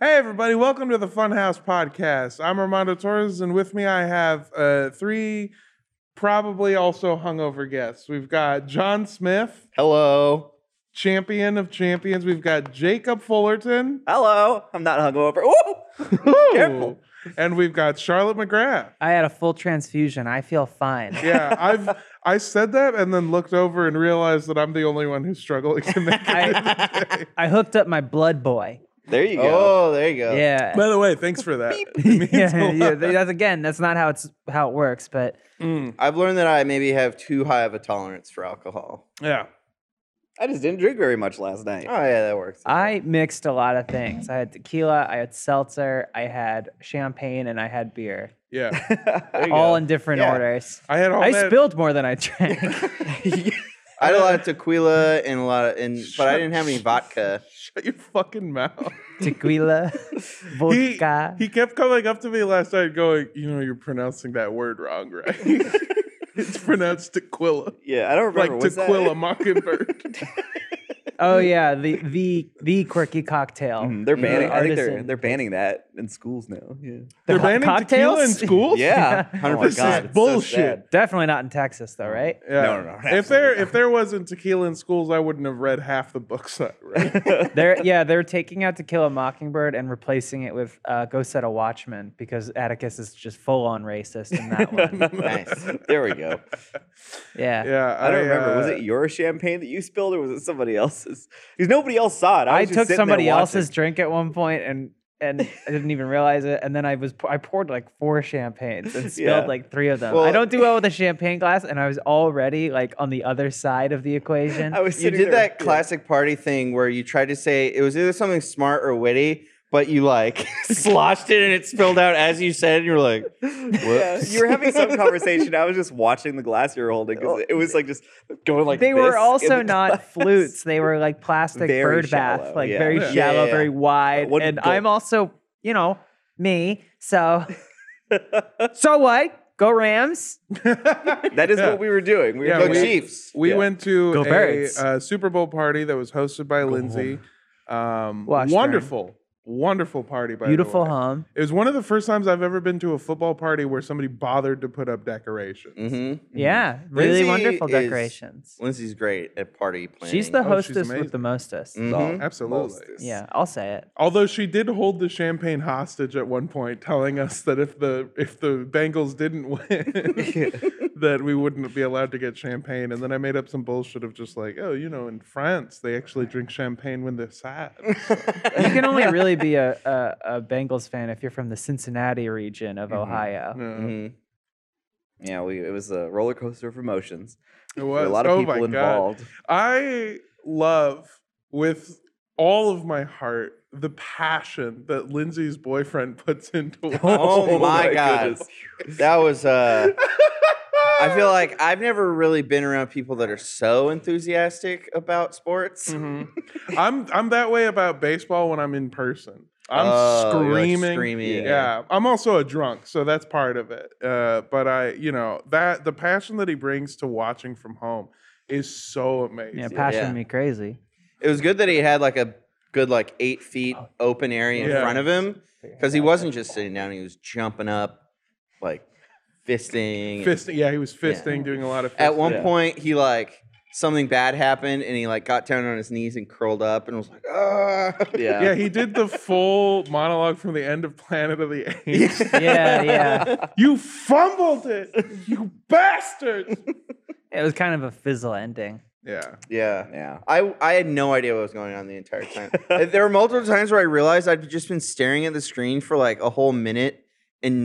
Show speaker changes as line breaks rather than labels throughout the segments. Hey, everybody, welcome to the Funhouse Podcast. I'm Armando Torres, and with me I have uh, three probably also hungover guests. We've got John Smith,
Hello.
champion of champions. We've got Jacob Fullerton.
Hello. I'm not hungover. Ooh. Careful.
And we've got Charlotte McGrath.
I had a full transfusion. I feel fine.
Yeah, I've I said that and then looked over and realized that I'm the only one who's struggling to make it.
I hooked up my blood boy.
There you go. Oh, there you go.
Yeah.
By the way, thanks for that. It means a
yeah,
lot.
yeah, that's again. That's not how it's how it works, but
Mm,
I've learned that I maybe have too high of a tolerance for alcohol.
yeah.
I just didn't drink very much last night.
Oh yeah, that works.
I mixed a lot of things. I had tequila, I had seltzer, I had champagne, and I had beer,
Yeah.
There you
all
go.
in different
Yeah.
orders.
I had all
I
that.
spilled more than I drank.
I had a lot of tequila and a lot of, and but I didn't have any vodka.
Shut your fucking mouth.
tequila,
He,
vodka.
he kept coming up to me last night going, You know, you're pronouncing that word wrong, right? it's pronounced tequila.
Yeah, I don't
Like
remember. was that-
tequila mockingbird.
oh yeah, the the the quirky cocktail.
Mhm, They're
The
banning. I think they're
artisan.
they're banning that in schools now. Yeah.
They're
hot
banning tequila in
cocktails?
schools?
Yeah.
hundred
Oh my
This
percent.
God,
is
it's so
bullshit.
sad.
definitely not in Texas though, right?
yeah.
No, no, no,
If there if there wasn't tequila in schools, I wouldn't have read half the books I read.
They're yeah, they're taking out To Kill a Mockingbird and replacing it with uh, Go Set a Watchman because Atticus is just full on racist in that one.
nice. There we go.
Yeah.
Yeah,
I don't remember. Was
uh,
it your champagne that you spilled, or was it somebody else's? Because nobody else saw it. I,
I
was just
took
sitting there
somebody
watching.
else's drink at one point and and I didn't even realize it. And then I was I poured like four champagnes and spilled
Yeah.
like three of them. I
Well-
don't do well with a champagne glass, and I was already like on the other side of the equation.
I was.
You
sitting
did
there-
that classic party thing where you tried to say it was either something smart or witty, but you like sloshed it and it spilled out as you said, and you were like,
Yeah,
"Whoops."
you were having some conversation. I was just watching the glass you were holding because it was like just Oh, going like.
they
this
were
in
also
the
not
glass.
flutes. They were like plastic
Very
bird bath,
shallow,
like
yeah.
very
Yeah.
shallow,
Yeah.
very wide.
One
and
gulp.
I'm also, you know, me. So, so what? Go Rams.
That is what we were doing. We were
Yeah,
Go
doing
we-
Chiefs.
We
Yeah.
went to
Go
a
Birds.
uh, Super Bowl party that was hosted by Lindsay. Um,
Washburn.
wonderful, wonderful party. By
Beautiful
the way. Mm-hmm.
home.
It was one of the first times I've ever been to a football party where somebody bothered to put up decorations.
Mm-hmm.
Yeah. Really
Lindsay
wonderful
is-
decorations.
Lindsay's great at party planning.
She's the
she's
hostess
amazing.
with the mostest.
Mhm.
Absolutely.
Mostest.
Yeah, I'll say it.
Although she did hold the champagne hostage at one point, telling us that if the if the Bengals didn't win, that we wouldn't be allowed to get champagne. And then I made up some bullshit of just like, oh, you know, in France they actually drink champagne when they're sad.
You can only really be a, a, a Bengals fan if you're from the Cincinnati region of Ohio.
No,
Mhm. Yeah, we, it was a roller coaster of emotions.
it
There were
was
a lot of
oh
people
my God.
involved.
I love with all of my heart the passion that Lindsay's boyfriend puts into.
Oh, my, god,
goodness.
that was. uh I feel like I've never really been around people that are so enthusiastic about sports.
Mhm. I'm I'm that way about baseball when I'm in person. I'm
Oh, you're, like,
screaming.
screaming.
Yeah, I'm also a drunk, so that's part of it. Uh, but I, you know, that the passion that he brings to watching from home is so amazing.
Yeah, passion
Yeah.
me crazy.
It was good that he had like a good like eight feet
Oh.
open area in
Yeah.
front of him because he wasn't just sitting down; he was jumping up, like fisting. and-
Fisting, yeah, he was fisting, doing a lot of. Fisting.
At one
Yeah.
point, he like something bad happened, and he like got down on his knees and curled up, and was like, "Ah."
Yeah.
yeah, he did the full monologue from the end of Planet of the Apes.
Yeah, yeah.
you fumbled it, you bastards.
It was kind of a fizzle ending.
Yeah,
yeah.
Yeah.
I, I had no idea what was going on the entire time. there were multiple times where I realized I'd just been staring at the screen for like a whole minute and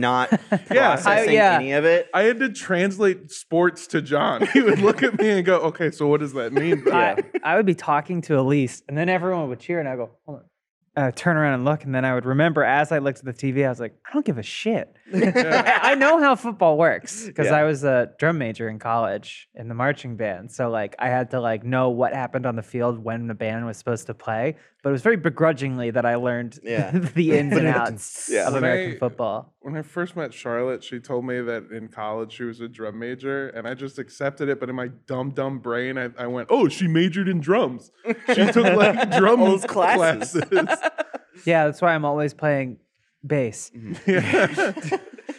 not processing
yeah.
any of
Oh
it.
I had to translate sports to John. He would look at me and go, "Okay, so what does that mean?"
I- I, would be talking to Elise, and then everyone would cheer, and I go, Hold on. Uh, turn around and look, and then I would remember as I looked at the TV, I was like, I don't give a shit. I I know how football works because
Yeah.
I was a drum major in college in the marching band. So like, I had to like know what happened on the field when the band was supposed to play. But it was very begrudgingly that I learned
Yeah.
the ins and outs
Yeah.
of
When
American
I-
football.
When I first met Charlotte, she told me that in college she was a drum major, and I just accepted it. But in my dumb, dumb brain, I, I went, "Oh, she majored in drums. She took like drum
All those classes."
classes."
Yeah, that's why I'm always playing bass.
Yeah.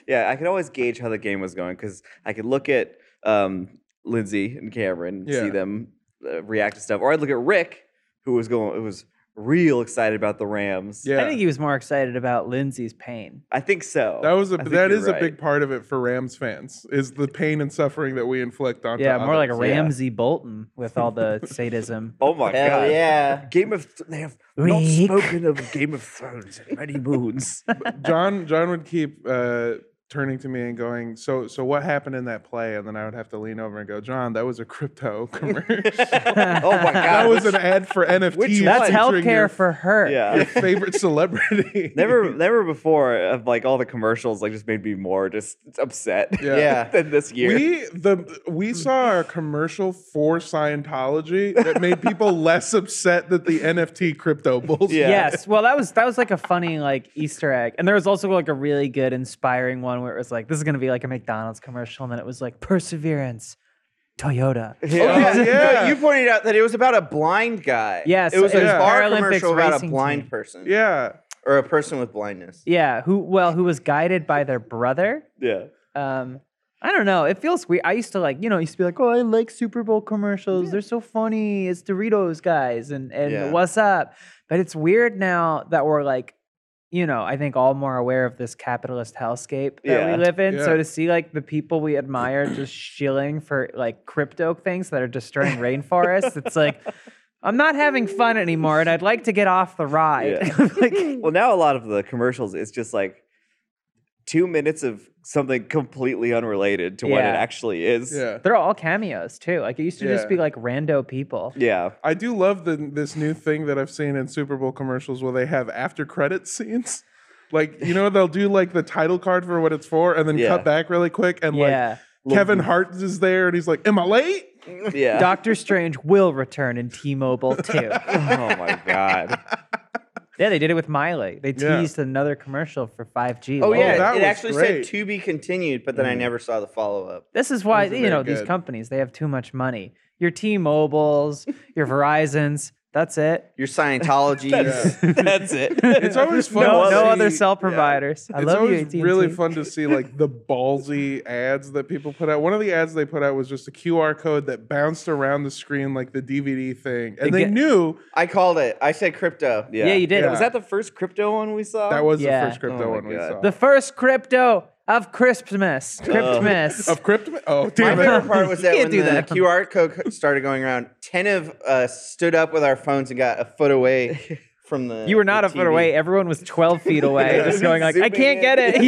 Yeah, I could always gauge how the game was going because I could look at um, Lindsay and Cameron, and see
Yeah.
them uh, react to stuff, or I'd look at Rick, who was going, who was real excited about the Rams.
Yeah.
I think he was more excited about Lindsay's pain.
I think so.
That was a
I think
that
you're
is a
right.
big part of it for Rams fans is the pain and suffering that we inflict on.
Yeah, more like a
others, yeah.
Ramsey Bolton with all the sadism.
Oh my
Hell
god!
yeah.
Game of Th- they have not
Rick.
spoken of Game of Thrones in many moons.
John John would keep uh, turning to me and going, "So so what happened in that play?" And then I would have to lean over and go, "John, that was a crypto commercial.
oh my god!
that was an ad for NFTs.
That's
featuring your-
healthcare for her.
your
yeah.
favorite celebrity.
Never, never before of like all the commercials like just made me more just upset.
Yeah.
Yeah.
than this year.
We the we saw a commercial for Scientology that made people less upset that the NFT crypto bullshit.
Yeah.
Yes. Well, that was that was like a funny like Easter egg, and there was also like a really good, inspiring one where it was like, "This is gonna be like a McDonald's commercial," and then it was like, "Perseverance, Toyota."
Oh,
Yeah.
yeah.
Yeah.
You pointed out that it was about a blind guy.
Yes,
It was
it
a
was
bar
Paralympics
commercial about a
racing
blind
team.
person.
Yeah.
Or a person with blindness.
Yeah. Who? Well, who was guided by their brother?
yeah.
Um, I don't know. It feels weird. I used to like, you know, I used to be like, oh, I like Super Bowl commercials. They're so funny. It's Doritos guys and and
Yeah.
what's up. But it's weird now that we're like, you know, I think all more aware of this capitalist hellscape that
Yeah.
we live in. So
Yeah.
to see like the people we admire just shilling for like crypto things that are destroying rainforests, it's like. I'm not having fun anymore, and I'd like to get off the ride.
Yeah.
like,
Well, now a lot of the commercials, it's just like two minutes of something completely unrelated to what it
Yeah.
actually is.
Yeah.
they're all cameos too. Like it used to just
Yeah.
be like rando people.
Yeah.
I do love the, this new thing that I've seen in Super Bowl commercials where they have after credit scenes. Like, you know, they'll do like the title card for what it's for and then
Yeah.
cut back really quick and
Yeah.
like Kevin Hart is there and he's like, Am I late?
Yeah.
Doctor Strange will return in T-Mobile too.
oh my god.
yeah, they did it with Miley. They
Yeah.
teased another commercial for 5G.
Oh,
Well,
yeah.
that
it
was
actually
great.
said to be continued, but then
Mm.
I never saw the follow up.
This is why
Those are
you know
very
these
good.
companies, they have too much money. Your T-Mobiles, your Verizons, that's it.
Your Scientology's.
That's it.
It's always fun.
No,
to
no
see-
other cell providers. I
it's
love you,
always
AT&T.
really fun to see like the ballsy ads that people put out. One of the ads they put out was just a QR code that bounced around the screen like the DVD thing. And they
Again-
knew
I called it. I said crypto.
Yeah.
you did.
Yeah.
Was that the first crypto one we saw?
that was
Yeah.
the first crypto
Oh my
one we
God.
saw.
The first crypto of Christmas. Christmas.
of crypto? Oh,
My
damn it.
favorite part was
You
that
can't
when
do
the
that.
QR code started going around, 10 of us stood up with our phones and got a foot away from the.
you were not
the
a foot
TV.
away. Everyone was 12 feet away,
Yeah.
just going like, "I
Zooming
can't
in.
get it."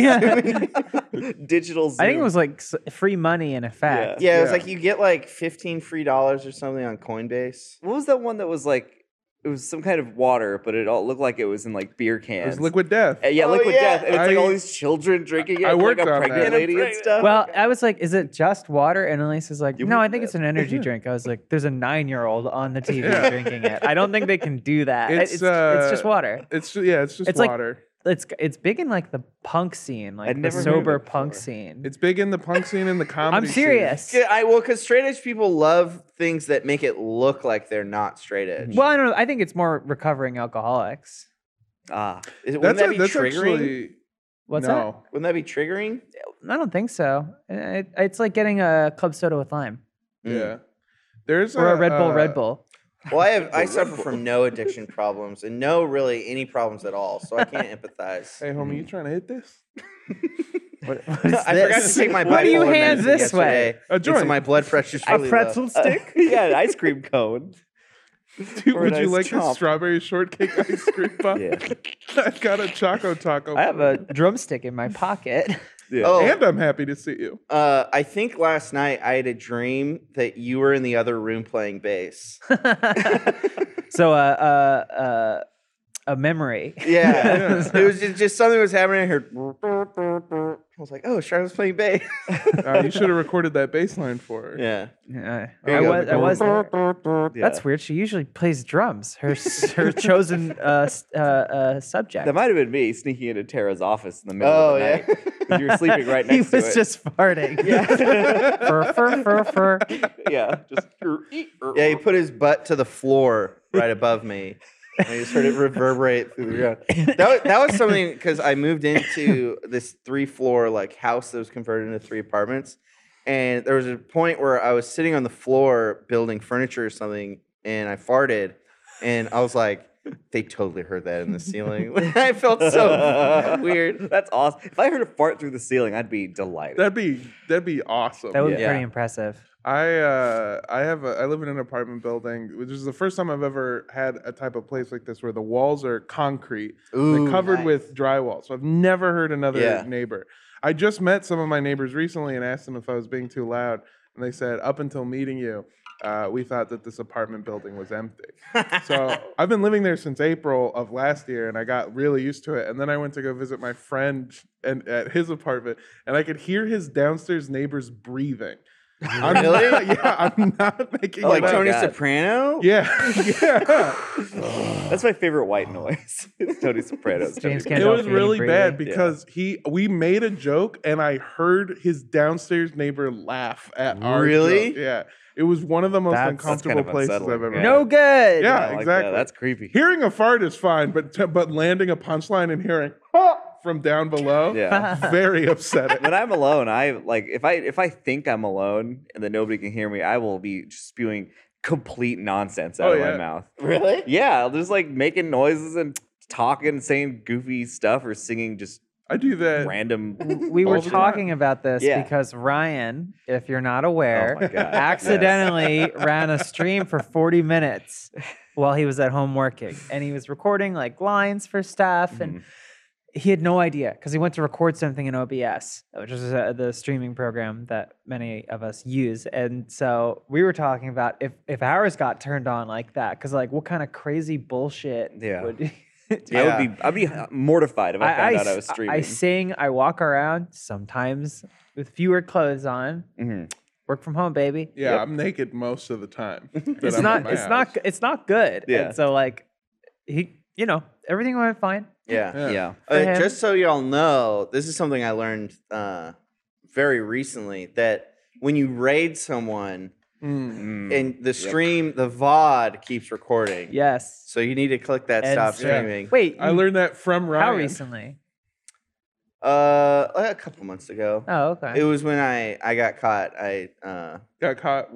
Yeah.
digital. Zoom.
I think it was like s- free money in effect.
Yeah, it was
Yeah.
like you get like 15 free dollars or something on Coinbase.
What was that one that was like? It was some kind of water, but it all looked like it was in like beer
It
cans.
was liquid death.
Uh, yeah,
Oh,
liquid
yeah.
death. And it's like all
I-
these children drinking it.
I
like
worked
a
on
pregnant
that.
lady and stuff.
Well, I was like, is it just water? And Elise is like,
You
no,
would-
I think it's an energy drink. I was like, there's a nine year old on the TV
Yeah.
drinking it. I don't think they can do that. It's,
It's,
it's,
uh,
just water.
It's ju- yeah, it's just
It's like-
water.
It's it's big in like the punk scene, like
I'd
the
never heard of
sober
it
punk
before.
scene.
it's big in the punk scene and the comedy.
I'm serious.
Yeah, I well, because straight edge people love things that make it look like they're not straight edge.
Well, I don't know. I think it's more recovering alcoholics.
ah,
Is,
Scene. That's,
wouldn't that
a-
be
that's
triggering?
actually
What's
no.
Wouldn't that be triggering?
that? I don't think so. It, it's like getting a club soda with lime
Mm.
Yeah, there's
or a Red Bull,
uh,
Red Bull.
Well, I have I suffer from no addiction problems and no really any problems at all, so I can't empathize.
Hey, homie,
Mm.
you trying to hit this?
What, what is
I forgot to
this?
take my.
What do you
bipolar
hand
medicine
this way?
yesterday,
A
and so
joint.
my blood pressure's really
a
low.
pretzel stick.
yeah, an ice cream cone.
Dude,
Or a
would you
nice
like a
chomp.
strawberry shortcake ice cream pop?
Yeah.
I've got a choco taco.
I have a drumstick in my pocket.
Yeah.
Oh,
and I'm happy to see you.
uh, I think last night I had a dream that you were in the other room playing bass.
so uh, uh, uh, a memory.
Yeah, it was just, just something was happening. I heard. I was like, "Oh, Charlotte's playing bass."
Uh, you should have recorded that bass line for her.
yeah,
Yeah,
you
I
go,
was. I was there.
Yeah.
That's weird. She usually plays drums. Her s- her chosen uh, s- uh, uh, subject.
That might have been me sneaking into Tara's office in the middle
Oh,
of the
yeah.
night. 'cause You were sleeping right
he
next
was
to it.
just farting. Fur, fur, fur, fur.
yeah, just
yeah. He put his butt to the floor right above me, I just heard it reverberate through the ground. That was, that was something because I moved into this three floor like house that was converted into three apartments, and there was a point where I was sitting on the floor building furniture or something, and I farted, and I was like, they totally heard that in the ceiling. I felt so weird.
That's awesome. If I heard a fart through the ceiling, I'd be delighted.
That'd be that'd be awesome.
That would be
Yeah.
pretty impressive.
I uh, I have a, I live in an apartment building, which is the first time I've ever had a type of place like this where the walls are concrete, and they're
Ooh,
covered
nice.
with drywall. So I've never heard another
Yeah.
neighbor. I just met some of my neighbors recently and asked them if I was being too loud, and they said, "Up until meeting you, uh, we thought that this apartment building was empty." so I've been living there since April of last year, and I got really used to it. And then I went to go visit my friend and at his apartment, and I could hear his downstairs neighbors breathing. I'm
Really?
Not, yeah, I'm not
Oh,
making
like
it up.
Tony
God.
Soprano.
Yeah, yeah.
That's my favorite white noise. it's Tony Soprano's.
James
Tony
it was
Gandolfini
really bad
breathing.
because he we made a joke and I heard his downstairs neighbor laugh at our
Really?
joke. Yeah, it was one of the most
That's- that's kind
uncomfortable
of
places I've
unsettling,
ever.
yeah.
been.
No good.
Yeah,
Soprano. Like that,
exactly.
That's creepy.
Hearing a fart is fine, but but landing a punchline and hearing from down below,
Yeah.
very upsetting.
when I'm alone, I like if I if I think I'm alone and then nobody can hear me, I will be just spewing complete nonsense out
Oh,
of
yeah.
my mouth.
Really?
Yeah, I'll just like making noises and talking, saying goofy stuff, or singing just
I do that.
random.
Uh, we were
All the time.
talking about this
Yeah.
because Ryan, if you're not
Oh
aware,
my god!
accidentally ran a stream for 40 minutes while he was at home working and he was recording like lines for stuff and
Mm-hmm.
he had no idea because he went to record something in OBS, which is uh, the streaming program that many of us use. And so we were talking about if if ours got turned on like that, because like what kind of crazy bullshit
Yeah.
would you
Mhm. I would be I'd be mortified if I, found out I was
s-
streaming.
sing, I walk around sometimes with fewer clothes on.
Mhm.
Work from home, baby.
Yeah,
Yep.
I'm naked most of the time. that
It's
I'm at
not.
my
It's
house.
not. It's not good.
Yeah.
And so like, he, you know, everything went fine.
Yeah.
Yeah.
Yeah.
for
Uh,
him.
just so y'all know, this is something I learned uh, very recently that when you raid someone
Mm.
Mm.
and the stream, the VOD keeps recording.
Yes.
So you need to click that
And
stop
so-
Yeah.
streaming.
Wait.
I
you-
learned that from
how
Ryan.
recently?
Uh, a couple months ago.
Oh,
It
okay.
was when I, I got caught. I uh,
Got caught.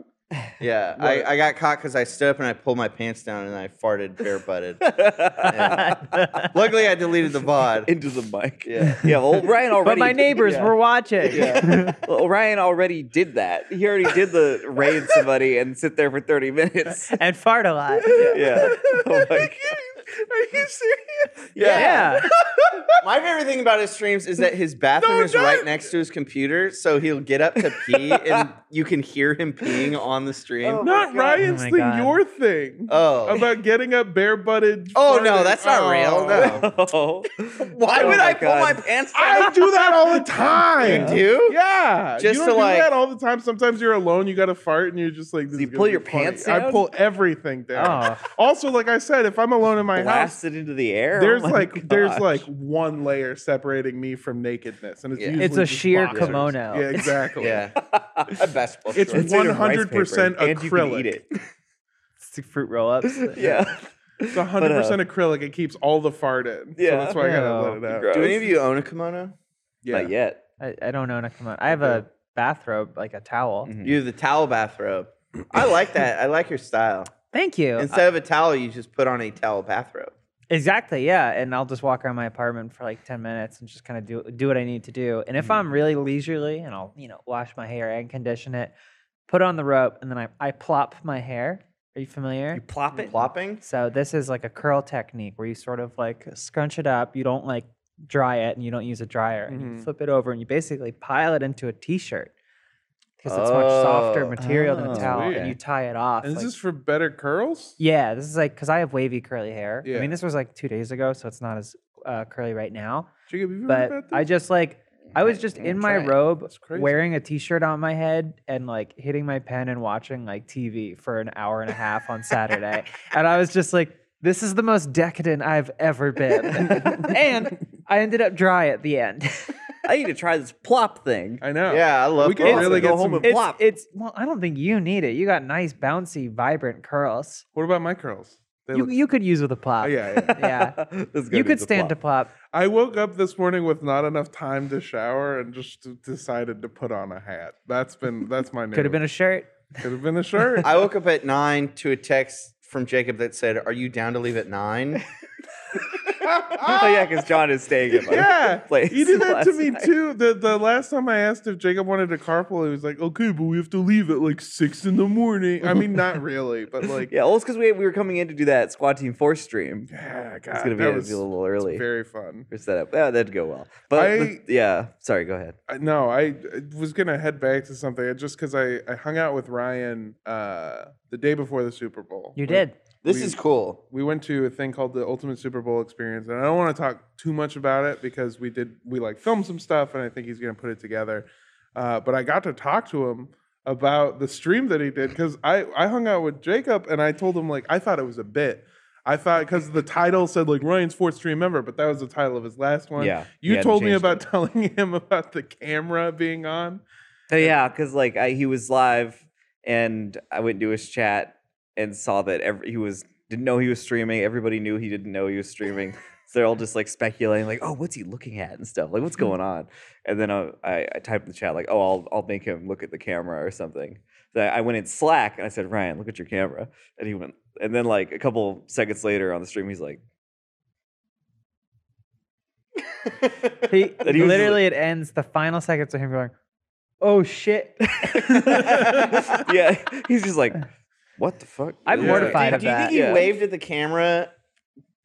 yeah,
What?
I, I got caught because I stood up and I pulled my pants down and I farted bare butted. yeah. Luckily, I deleted the VOD.
into the mic.
Yeah.
Yeah. Well, Ryan
But
already.
my neighbors
yeah.
were watching.
Yeah. well, Ryan already did that. He already did the raid somebody and sit there for 30 minutes.
and fart a lot.
Yeah. Oh my
Are you serious?
Yeah.
My favorite thing about his streams is that his bathroom
No,
is right
don't.
next to his computer, so he'll get up to pee and you can hear him peeing on the stream.
Oh.
Not
my God.
Ryan's
Oh my
thing,
God.
your thing.
Oh.
About getting up bare-butted.
Oh, no,
farting.
that's not real, no.
God. Oh.
Why
Oh
would
my
I pull my
God.
pants
I
down?
do that all the time.
You do?
Yeah.
Just
you don't
to,
do
like-
that all the time. Sometimes you're alone, you got to fart, and you're just like, this
you
is gonna
pull
be
your
funny.
pants
I
down?
pull everything down.
Oh.
Also, like I said, if I'm alone in my house,
Blast it into the air.
there's
Oh my
like there's
gosh.
like one layer separating me from nakedness, and it's
Yeah. It's
usually
It's a
just
sheer
boxers.
kimono.
Yeah, exactly.
Yeah. A basketball
It's
short.
It's made of rice
100%
paper, and you can
acrylic.
eat it.
It's fruit roll-ups.
Yeah.
It's 100 percent acrylic. It keeps all the fart in. so
Yeah.
that's why I gotta let it out.
Gross.
Do any of you own a kimono?
Yeah.
Not yet.
I, I don't know. Not come on. I have a bathrobe, like a towel.
Mhm.
You have the towel bathrobe. I like that. I like your style.
Thank you.
Instead of a towel, you just put on a towel bathrobe.
Exactly. Yeah, and I'll just walk around my apartment for like ten minutes and just kind of do do what I need to do. And if I'm really leisurely, and I'll you know wash my hair and condition it, put on the rope, and then I I plop my hair. Are you familiar?
You plop it.
Plopping?
so this is like a curl technique where you sort of like scrunch it up. You don't like dry it, and you don't use a dryer, and you
Mhm.
flip it over, and you basically pile it into a t-shirt because it's much softer
Oh.
material than
Oh.
a towel, and
Sweet.
you tie it off.
And this
like-
is for better curls.
yeah, this is like because I have wavy curly hair. I
Yeah.
mean, this was like two days ago, so it's not as uh, curly right now.
Jacob, you heard
But
about
I
this?
just like I was just
gonna
in my
try it.
robe,
That's crazy.
wearing a t-shirt on my head, and like hitting my pen and watching like TV for an hour and a half on Saturday, and I was just like, "This is the most decadent I've ever been," and I ended up dry at the end.
I need to try this plop thing.
I know.
Yeah, I love
We could
plopping.
really
Go
get
home
some.
and-
It's,
Plop.
it's well, I don't think you need it. You got nice, bouncy, vibrant curls.
What about my curls? They
You,
look-
you could use with a
Oh,
plop.
yeah, yeah.
Yeah.
This is gonna
You
be
could
the
stand to
plot.
plop.
I woke up this morning with not enough time to shower and just d- decided to put on a hat. That's been that's my new.
Could have been a shirt.
could have been a shirt.
I woke up at nine to a text from Jacob that said, "Are you down to leave at 9?
oh yeah, because John is staying at my
yeah,
place.
you did that to
last
me
night.
too. The the last time I asked if Jacob wanted to carpool, he was like, "Okay, but we have to leave at like six in the morning." I mean, not really, but like,
Yeah, well, it's because we, we were coming in to do that squad team four stream.
yeah, God,
it's gonna be,
that
a,
was
be a little early.
very fun.
Your setup yeah, that'd go well. But the-
I-
yeah, sorry, go ahead.
I- no, I I was gonna head back to something I- just because I, I hung out with Ryan uh, the day before the Super Bowl.
You
We-
did.
This
We-
is cool.
We went to a thing called the Ultimate Super Bowl Experience, and I don't want to talk too much about it because we did we like filmed some stuff, and I think he's gonna put it together. Uh, but I got to talk to him about the stream that he did because I I hung out with Jacob and I told him like I thought it was a bit. I thought because the title said like Ryan's fourth stream member, but that was the title of his last one.
Yeah, he
you
hadn't
told me
changed
about telling him about the camera being on.
Oh yeah, because like I, he was live, and I went to his chat and saw that every, he was didn't know he was streaming. Everybody knew he didn't know he was streaming, so they're all just like speculating, like, "Oh, what's he looking at?" and stuff, like, "What's
Hmm.
going on?" And then I, I, I typed in the chat like, "Oh, I'll I'll make him look at the camera or something." So I went in Slack and I said, "Ryan, look at your camera," and he went, and then like a couple seconds later on the stream, he's like,
He,
he was-
literally, it ends the final seconds of him going, "Oh shit!"
"Yeah," he's just like, "What the fuck?"
I'm
Yeah.
mortified
Do
of
you think
that.
he
Yeah.
waved at the camera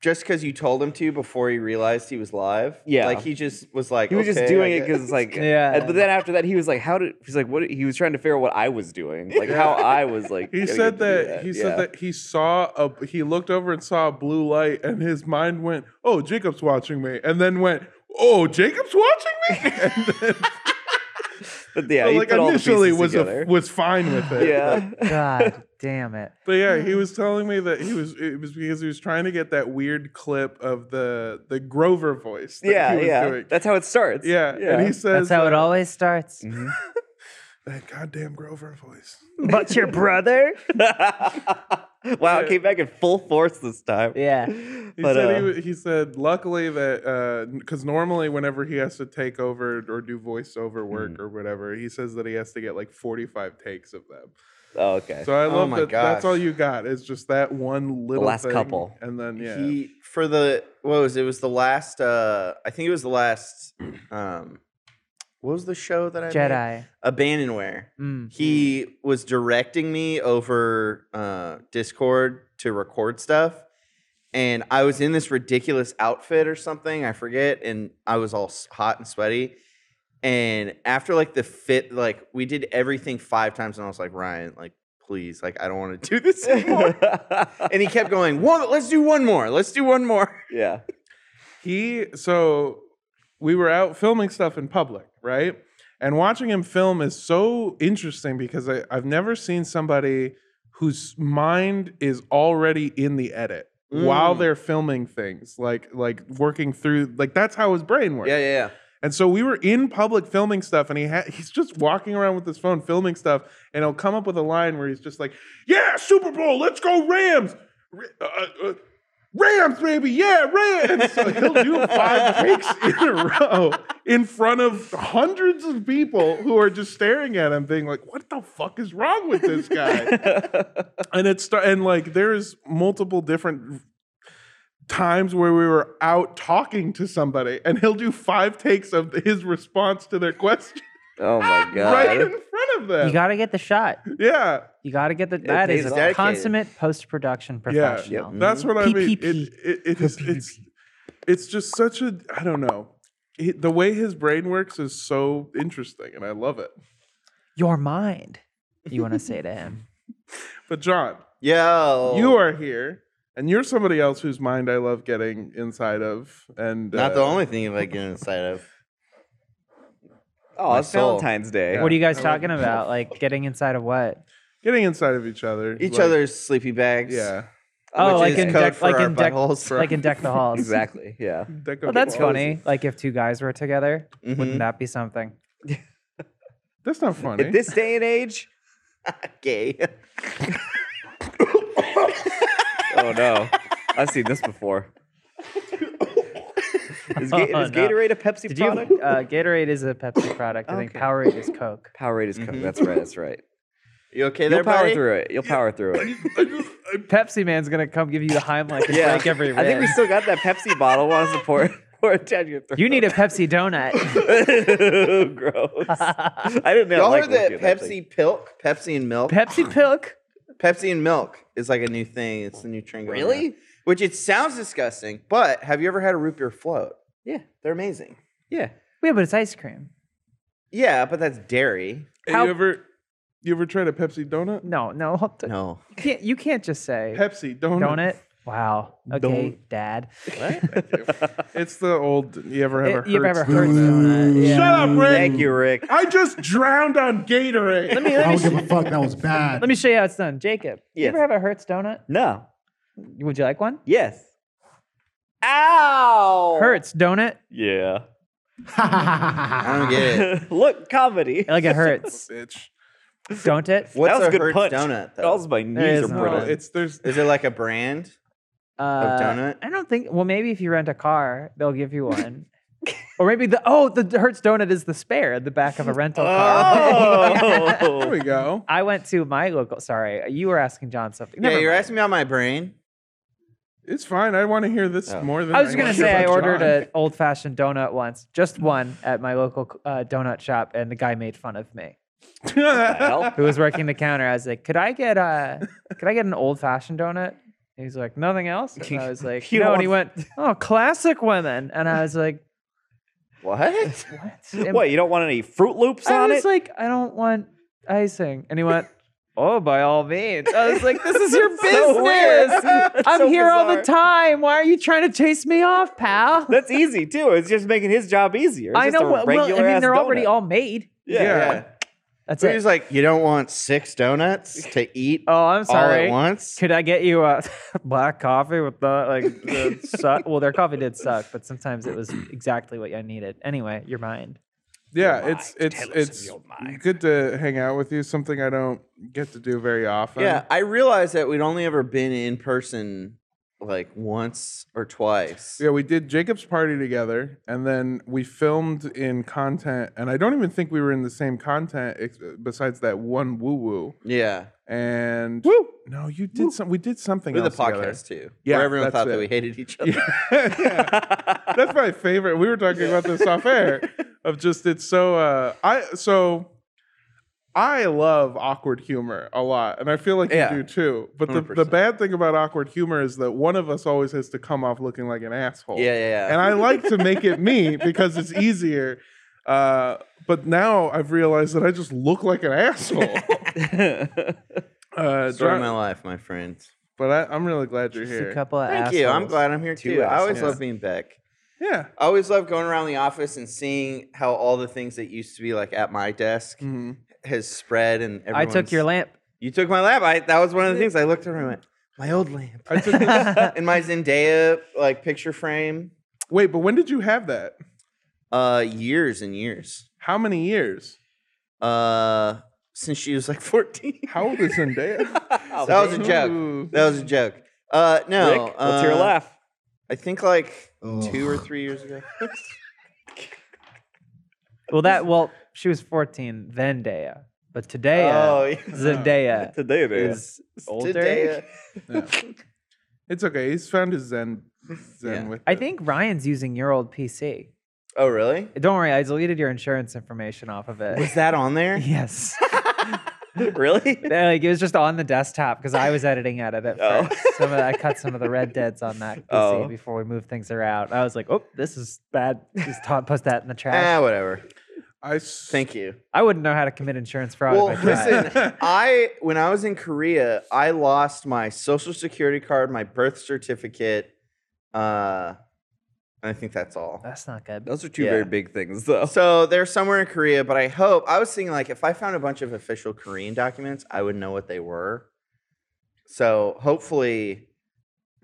just because you told him to before he realized he was live?
Yeah.
like he just was like
He was
"Okay,
just doing
I
it because it's like,
Yeah.
and- But then after that, he was like, "How did?" He's like, "What?" He was trying to figure out what I was doing, like how I was like.
He
gonna
said
get to
that,
do
he
Yeah.
said that he saw a he looked over and saw a blue light and his mind went, "Oh, Jacob's watching me." And then went, "Oh, Jacob's watching me?" And then
But yeah,
so,
he
like
put all the
initially
pieces
was a,
together.
was fine with it.
yeah.
God damn it!
But yeah, he was telling me that he was it was because he was trying to get that weird clip of the the Grover voice that
Yeah,
he was
yeah.
doing.
That's how it starts.
yeah, and he
That's
says
how it
uh,
always starts.
Mhm.
that goddamn Grover voice.
but your brother?
wow, it came back in full force this time.
Yeah.
He
But,
said
uh,
he, wa- he said luckily that because normally whenever he has to take over or do voiceover work or whatever, he says that he has to get like forty five takes of them.
Oh, okay.
So I
Oh
love
my
that. That's all
gosh.
you got is just that one little
last
thing,
couple.
and then yeah,
He for the what was it? It was the last uh I think it was the last um what was the show that I made?
Jedi.
Abandonware.
Mm-hmm.
Mm.
He was directing me over uh Discord to record stuff. And I was in this ridiculous outfit or something, I forget, and I was all s- hot and sweaty. And after like the fit, like we did everything five times, and I was like, Ryan, like please, like I don't want to do this anymore. and he kept going, one, let's do one more, let's do one more.
yeah.
he so we were out filming stuff in public right and watching him film is so interesting because I, i've never seen somebody whose mind is already in the edit while
Mm.
they're filming things like like working through like that's how his brain works
Yeah, yeah, yeah.
and so we were in public filming stuff, and he ha- he's just walking around with his phone filming stuff, and he'll come up with a line where he's just like, "Yeah, Super Bowl, let's go Rams, R- uh, uh, Rams, baby, yeah, Rams." So he'll do five takes in a row in front of hundreds of people who are just staring at him, being like, "What the fuck is wrong with this guy?" and it's sta- and like there's multiple different times where we were out talking to somebody and he'll do five takes of his response to their question
Oh my god.
right in front of them
You gotta get the shot.
yeah
You gotta get the. That
he's
is a
dedicated.
consummate post production
yeah
professional.
that's what i mean it,
PPP.
it, it is, it's it's just such a i don't know It- the way his brain works is so interesting and i love it
Your mind. You want to say to him?
but john
Yo,
you are here and you're somebody else whose mind i love getting inside of and
not
uh,
the only thing I get inside of.
oh, it's
soul.
Valentine's Day.
Yeah.
What are you guys
I
talking about? Like getting inside of what?
getting inside of each other
Each
like,
other's sleepy bags.
yeah
Oh,
Which
like
is
in
code
deck,
for
like
our
in deck,
buttholes, right?
like in deck the halls.
Exactly. Yeah.
Deck
Well,
of
that's
balls.
funny. Like if two guys were together,
Mhm.
wouldn't that be something?
That's not funny.
At this day and age,
Gay.
oh no, I've seen this before. is, Ga-
Oh,
is
no.
Gatorade a Pepsi
Did you?
product?
Uh, Gatorade is a Pepsi product. I think
Okay.
Powerade is Coke.
Powerade is. Coke.
Mm-hmm.
Mhm.
That's right. That's right.
You okay
You'll
there,
power
buddy?
through it. You'll power through it.
I just, I,
Pepsi Man's gonna come give you the Heimlich and
Yeah.
break every
I think we
rib.
still got that Pepsi bottle. Want us to pour pour it down your throat?
You need a Pepsi donut.
gross. I didn't know.
Y'all
like
heard that
liquid, actually.
Pepsi Pilk, Pepsi and milk,
Pepsi Pilk.
Pepsi and milk is like a new thing. It's the new trend. going
Really?
around. Which it sounds disgusting, but have you ever had a root beer float?
Yeah.
They're amazing.
Yeah.
Yeah, but it's ice cream.
Yeah, but that's dairy.
How-
have you ever you ever tried a Pepsi donut?
No, no, hold the-
No.
You can't, you can't just say
Pepsi donut.
donut. Wow. Okay,
Don't.
Dad.
It's the old. You ever have a
It- you've ever Mm,
Hertz
heard donut? Yeah.
Shut up, Rick.
Thank you, Rick.
I just drowned on Gatorade.
Let me, let,
I
me
don't
sh-
give a fuck. That was bad.
let me show you how it's done. Jacob, you
Yes.
ever have a Hertz donut?
No.
Would you like one?
Yes. Ow.
Hertz donut.
Yeah.
I don't get it.
Look, comedy.
I like it hurts,
bitch.
don't it?
What's
was
a
a good
Hertz
punch.
donut though?
Also, my knees
is
are
no-
No,
brittle.
it's there's.
Is it like a brand?
Uh,
donut?
I don't think. Well, maybe if you rent a car, they'll give you one. or maybe the oh, the Hertz donut is the spare at the back of a rental car.
There
Oh.
we go.
I went to my local. Sorry, you were asking John something.
yeah,
Never
you're
mind.
asking me about my brain.
It's fine. I want to hear this
Oh.
more than
I was
want
gonna
to hear
say I
about
ordered
John.
an old fashioned donut once, just one at my local uh, donut shop, and the guy made fun of me.
hell?
Who was working the counter? I was like, "Could I get a, could I get an old fashioned donut?" And he's like, "Nothing else." And I was like,
You
"No."
don't
And he went, "Oh, classic women," and I was like,
What?
"What?" And
What? You don't want any Fruit Loops
I
on
was
it?
like, "I don't want icing," and he went. Oh, by all means. I was like, this is your business. I'm
so
here all the
bizarre.
time. Why are you trying to chase me off, pal?
That's easy too. It's just making his job easier. It's
I
just
know.
a
Well, well, I
regular
mean,
ass
they're already
donut.
all made.
Yeah.
Yeah.
That's
So
it.
he's like, you don't want six donuts to eat
oh, I'm
all at
sorry.
once?
Could I get you a black coffee with the like? The su- well, their coffee did suck, but sometimes it was exactly what I needed. Anyway, your mind.
Yeah, it's it's it's good to hang out with you. Something I don't get to do very often.
Yeah, I realized that we'd only ever been in person like once or twice.
Yeah, we did Jacob's party together, and then we filmed in content. And I don't even think we were in the same content ex- besides that one woo woo.
Yeah.
And
Woo.
no, you did some. We did something.
With the
else together.
podcast too.
Yeah,
where everyone
that's
thought
it.
that we hated each other.
Yeah, yeah. That's my favorite. We were talking about this off air of just it's so uh I so I love awkward humor a lot, and I feel like
Yeah.
you do too. But the, the
100%.
bad thing about awkward humor is that one of us always has to come off looking like an asshole.
Yeah, yeah, yeah.
And I like to make it me because it's easier. Uh, but now I've realized that I just look like an asshole. Uh,
Story of
John-
my life, my friends.
but I, I'm really glad you're
Just
here.
a couple of
Thank you. I'm
assholes.
glad I'm here
Two
too. I always
assholes.
love being back.
yeah.
I always love going around the office and seeing how all the things that used to be like at my desk
Mhm.
has spread and
I
everyone's,
took your lamp.
You took my lamp. I that was one of the things I looked over and went, my old lamp.
I took this-
and my Zendaya like picture frame.
Wait, but when did you have that?
Uh years and years.
How many years?
Uh since she was like 14.
How old is Zendaya?
that was a joke.
Ooh.
That was a joke. Uh no.
Oh, Rick, let's hear a
uh,
laugh.
I think like
Ugh.
two or three years ago.
Well, that well, she was 14 then, Daya, but today,
Oh, yeah.
Zendaya
Today it is.
is older.
Zendaya.
It's okay. He's found his zen. Zen
Yeah.
with
I
it.
think Ryan's using your old PC.
Oh really?
Don't worry, I deleted your insurance information off of it.
Was that on there?
yes.
really?
They're like it was just on the desktop because I was editing out of it.
Oh.
First. Some of, I cut some of the red deads on that PC
Oh.
before we moved things around. I was like, oh, this is bad. Just ta- post that in the trash.
Ah, whatever.
I s-
Thank you.
I wouldn't know how to commit insurance fraud.
Well,
if I tried.
listen, I when I was in Korea, I lost my social security card, my birth certificate, uh, and I think that's all.
that's not good.
Those are two
Yeah.
very big things, though.
So they're somewhere in Korea, but I hope I was thinking like if I found a bunch of official Korean documents, I would know what they were. So hopefully,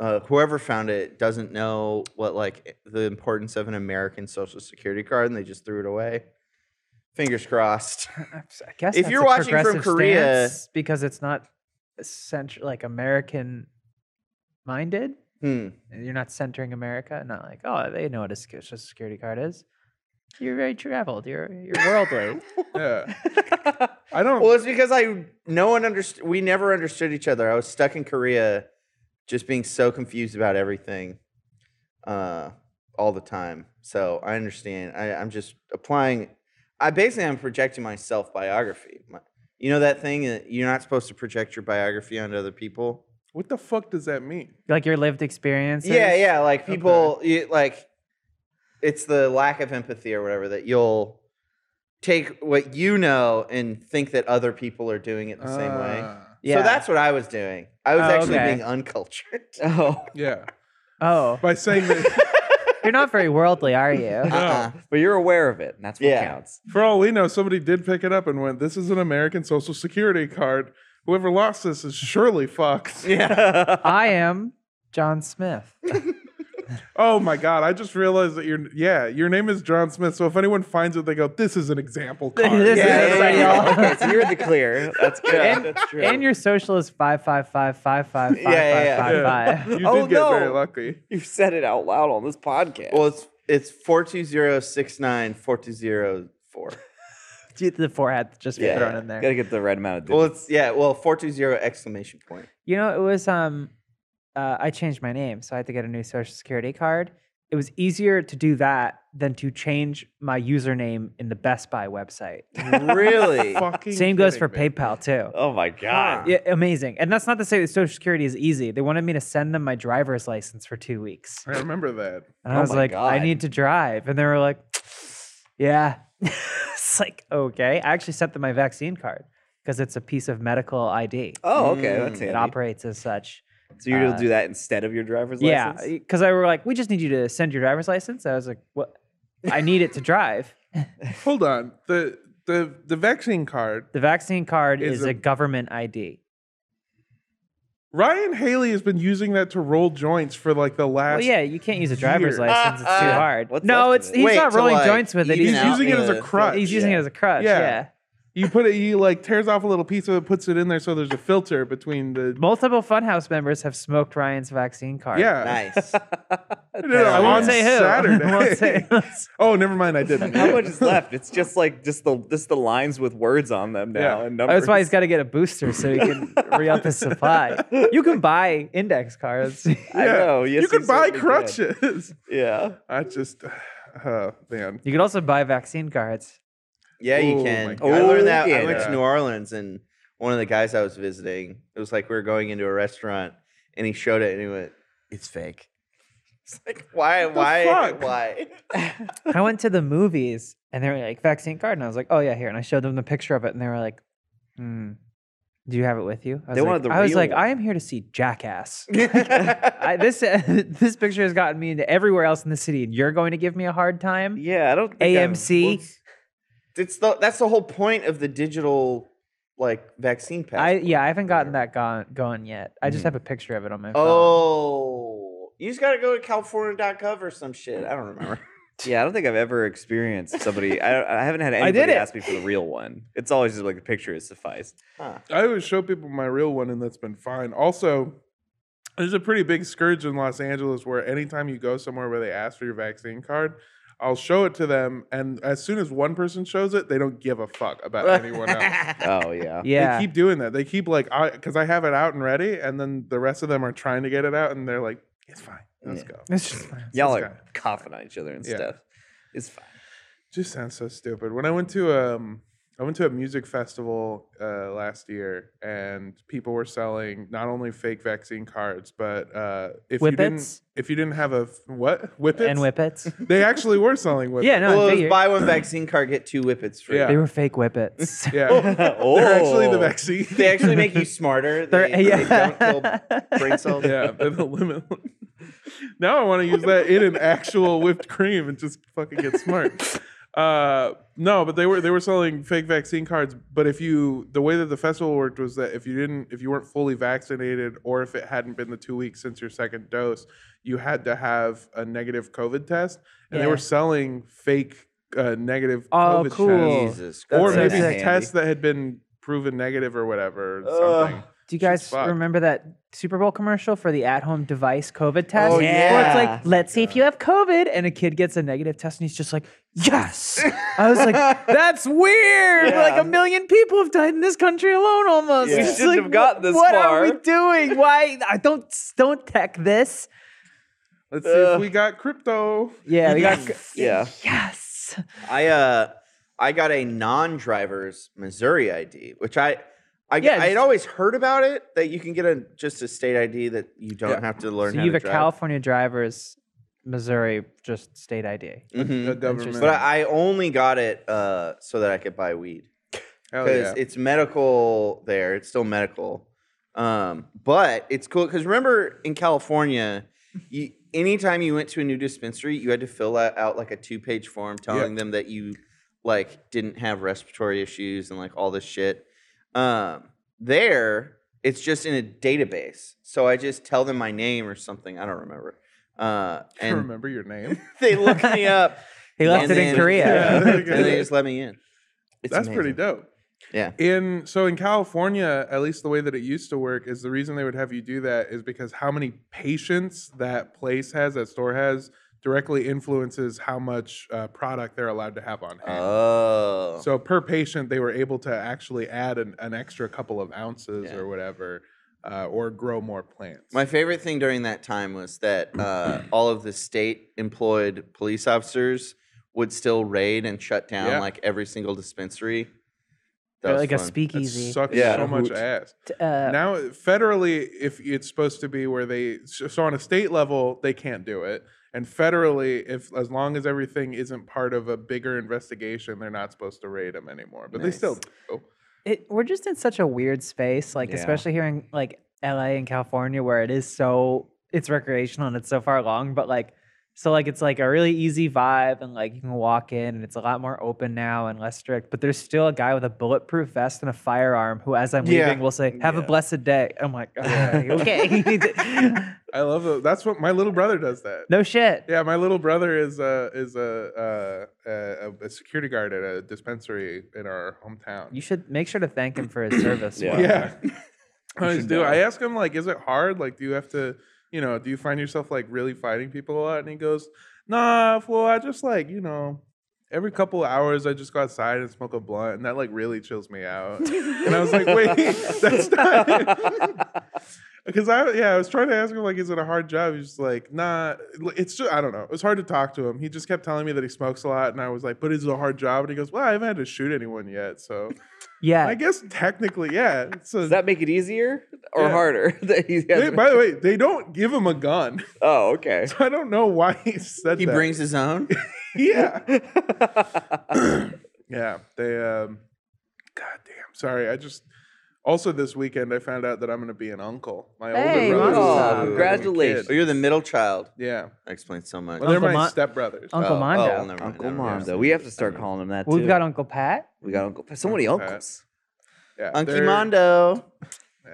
uh, whoever found it doesn't know what like the importance of an American social security card, and they just threw it away. Fingers crossed.
I guess
if
that's
you're
a
watching from
progressive
Korea-
stance because it's not central, like American minded.
Hmm.
You're not centering America. Not like, oh, they know what a sec- social security card is. You're very traveled. You're you're worldly.
Yeah. I don't.
Well, it's because I no one understood. We never understood each other. I was stuck in Korea, just being so confused about everything, uh, all the time. So I understand. I, I'm just applying. I basically I'm projecting my self biography. My, you know that thing that you're not supposed to project your biography onto other people.
what the fuck does that mean?
like your lived experiences.
Yeah, yeah. Like people, you, like it's the lack of empathy or whatever that you'll take what you know and think that other people are doing it the same way.
Ah,
Yeah.
So that's what I was doing. I was
Oh,
actually
okay.
being uncultured.
Oh,
Yeah.
Oh,
By saying that,
you're not very worldly, are you?
Uh-uh.
but you're aware of it, and that's what
Yeah.
counts.
for all we know, somebody did pick it up and went, "This is an American Social Security card. Whoever lost this is surely fucked."
Yeah.
I am John Smith.
Oh my god! I just realized that your yeah, your name is John Smith. So if anyone finds it, they go, "This is an example card."
This is
Yeah, yeah,
inside
yeah,
y'all.
okay, so you're in the clear. That's good.
Yeah.
That's true.
And your social is five five five five five five
Yeah, yeah,
five five
You
five.
did
Oh,
get very
no.
lucky.
You've said it out loud on this podcast.
Well, it's it's four two zero six nine four two zero four.
Dude, The four had just been
Yeah,
thrown
yeah.
in there.
gotta get the right amount of digits.
Well, it's yeah. Well, four two zero exclamation point.
You know, it was um, uh, I changed my name, so I had to get a new social security card. It was easier to do that than to change my username in the Best Buy website.
Really?
Fucking
Same goes for
kidding me.
PayPal too.
oh my god.
Yeah, amazing. And that's not to say that Social Security is easy. They wanted me to send them my driver's license for two weeks,
I remember that.
and I
Oh
was
my
like, I
God.
need to drive, and they were like, Yeah. it's like okay. I actually sent them my vaccine card because it's a piece of medical ID.
Oh, okay. That's
It
handy.
operates as such.
so you'll
uh,
do that instead of your driver's license.
Yeah, because I were like, we just need you to send your driver's license. I was like, what? I need it to drive.
Hold on. The the the vaccine card
The vaccine card
Is
is, a,
a-
government ID.
Ryan Haley has been using that to roll joints for like the last.
Well, yeah, you can't use a driver's
weird.
license; it's too
Uh, uh,
hard.
what's
no,
left
it's
of it?
he's
Wait
not
till,
rolling
like,
joints with it.
even
He's
He's
out
using
using it as
the-
a crutch.
he's using
Yeah.
it as a crutch.
Yeah.
Yeah.
You put it. He like tears off a little piece of it, puts it in there, so there's a filter between the.
Multiple Funhouse members have smoked Ryan's vaccine card.
Yeah.
Nice.
No, no,
I
on
won't say who.
Saturday.
I won't say.
oh, never mind. I didn't.
How much is left? It's just like just the just the lines with words on them now
Yeah.
and
Oh,
numbers.
That's why he's got to get a booster so he can re up his supply. You can buy index cards.
I know. Yes,
you could buy
certainly
crutches.
Yeah.
I just, oh man.
You could also buy vaccine cards.
Yeah, you
Oh
can.
my
I
God.
learned that.
Oh,
I went
yeah.
to New Orleans and one of the guys I was visiting, it was like we were going into a restaurant and he showed it and he went, It's fake. It's like, why?
the
Why?
fuck?
Why?
I went to the movies and they were like vaccine card, and I was like, oh yeah, here. And I showed them the picture of it, and they were like, hmm, do you have it with you? I was
They
like,
wanted the
I was
real
like,
one.
I am here to see Jackass. I, this uh, this picture has gotten me into everywhere else in the city, and you're going to give me a hard time.
Yeah. I don't think I've-
AMC.
it's the, that's the whole point of the digital like vaccine pass.
I yeah, I haven't gotten that gone going yet. I
Hmm.
just have a picture of it on my phone.
Oh. You just got to go to california.gov or some shit. I don't remember.
Yeah, I don't think I've ever experienced somebody. I, I haven't had
I did
anybody
it.
ask me for the real one. It's always just like the picture is sufficed.
Huh.
I always show people my real one, and that's been fine. Also, there's a pretty big scourge in Los Angeles where anytime you go somewhere where they ask for your vaccine card, I'll show it to them, and as soon as one person shows it, they don't give a fuck about anyone else.
Oh yeah.
Yeah,
They keep doing that. They keep like, I because I have it out and ready, and then the rest of them are trying to get it out, and they're like, "It's fine, let's
Yeah.
go."
It's just fine.
Y'all
This
are coughing on each other and
Yeah.
stuff. It's fine.
Just sounds so stupid. When I went to um, I went to a music festival uh, last year, and people were selling not only fake vaccine cards, but uh, if you didn't
Whippets?
if you didn't have a f- what whippets,
and whippets.
they actually were selling whippets.
yeah, no, I
well, it was
figured.
buy one vaccine card, get two whippets free.
Yeah.
they were fake whippets.
yeah,
oh.
they're actually the vaccine.
They actually make you smarter.
They're-
They, they
yeah.
don't kill brain cells.
yeah, they're the limit. now I want to use that in an actual whipped cream and just fucking get smart. Uh, no, but they were they were selling fake vaccine cards. But if you the way that the festival worked was that if you didn't if you weren't fully vaccinated or if it hadn't been the two weeks since your second dose, you had to have a negative COVID test, and they
Yeah.
were selling fake uh, negative
Oh,
COVID
cool.
tests
Jesus
That's
or
so
maybe
sick.
tests that had been proven negative or whatever or
Ugh.
something.
Do you guys
fucked.
remember that Super Bowl commercial for the at-home device COVID test?
Oh,
Where it's
yeah.
like, let's see if you have COVID, and a kid gets a negative test, and he's just like, yes. I was like, that's weird.
Yeah.
Like a million people have died in this country alone, almost.
We
It's
shouldn't
like,
have gotten this
What
far."
are we doing? Why? I don't don't tech this.
Let's see if
Ugh.
we got crypto.
Yeah, we got.
Yeah.
Yes.
I uh I got a non-driver's Missouri ID, which I I
Yeah,
I had
just-
always heard about it that you can get a just a state ID that you don't
Yeah.
have to learn
So
how
you
to
have a
drive.
California driver's, Missouri, just state ID.
Mhm.
The government.
Interesting.
But I I only got it uh, so that I could buy weed
Hell
because
yeah.
it's medical there. It's still medical, um, but it's cool because remember in California, you, anytime you went to a new dispensary, you had to fill out, out like a two page form telling them that you like didn't have respiratory issues and like all this shit. Um, there, it's just in a database, so I just tell them my name or something. I don't remember. Uh,
I
and
remember your name.
they look me up.
He left
And
it in
then-
Korea.
Yeah, there you
and
go.
they just let me in. It's
That's pretty
amazing.
dope.
Yeah.
In so in California, at least the way that it used to work is the reason they would have you do that is because how many patients that place has, that store has, directly influences how much uh, product they're allowed to have on hand.
Oh.
So per patient, they were able to actually add an, an extra couple of ounces
Yeah.
or whatever, uh, or grow more plants.
my favorite thing during that time was that uh, all of the state employed police officers would still raid and shut down
Yeah.
like every single dispensary. That
Or
was
like a
fun.
that
speakeasy.
sucks
Yeah.
so much
Hoot.
ass.
T- uh,
now federally if it's supposed to be where they so on a state level they can't do it and federally if as long as everything isn't part of a bigger investigation they're not supposed to raid them anymore but they
Nice.
still do
it, we're just in such a weird space, like
Yeah.
especially here in like LA and California, where it is so it's recreational and it's so far along, but like so like it's like a really easy vibe and like you can walk in and it's a lot more open now and less strict. But there's still a guy with a bulletproof vest and a firearm who, as I'm
Yeah.
leaving, will say, "Have a
Yeah.
blessed day." I'm like, "Okay, okay,
i love tho- that's what my little brother does that
no shit."
yeah my little brother is a is a uh, a, a security guard at a dispensary in our hometown
You should make sure to thank him for his service.
Yeah.
while-
Yeah. I always
should
do.
know.
I ask him like, is it hard? Like, do you have to, you know, do you find yourself like really fighting people a lot? And he goes, Nah, well, I just like, you know, every couple of hours I just go outside and smoke a blunt, and that like really chills me out. and I was like, wait, that's not. Because I yeah, I was trying to ask him like, is it a hard job? He's just like, nah, it's just I don't know. It was hard to talk to him. He just kept telling me that he smokes a lot, and I was like, but is it a hard job? And he goes, well, I haven't had to shoot anyone yet, so
yeah.
I guess technically, yeah. It's a,
Does that make it easier or
Yeah.
harder? that he
They-
has-
by the way, they don't give him a gun.
oh, okay.
I don't know why he said
He
that.
brings his own.
yeah, yeah. They, um, God damn. Sorry, I just. Also, this weekend, I found out that I'm going to be an uncle. My
Hey,
older brother.
wow.
oh,
Congratulations.
you're the middle child.
Yeah,
That explains so much.
well, they're
Uncle
my
Mon-
stepbrothers.
Uncle
oh,
Mondo.
Oh, never mind,
Uncle
never mind.
Mondo. We have to start calling him that too.
We've got Uncle Pat.
we got Uncle. So many
Uncle Pat.
uncles.
yeah,
Uncle
they're-
Mondo.
Yeah,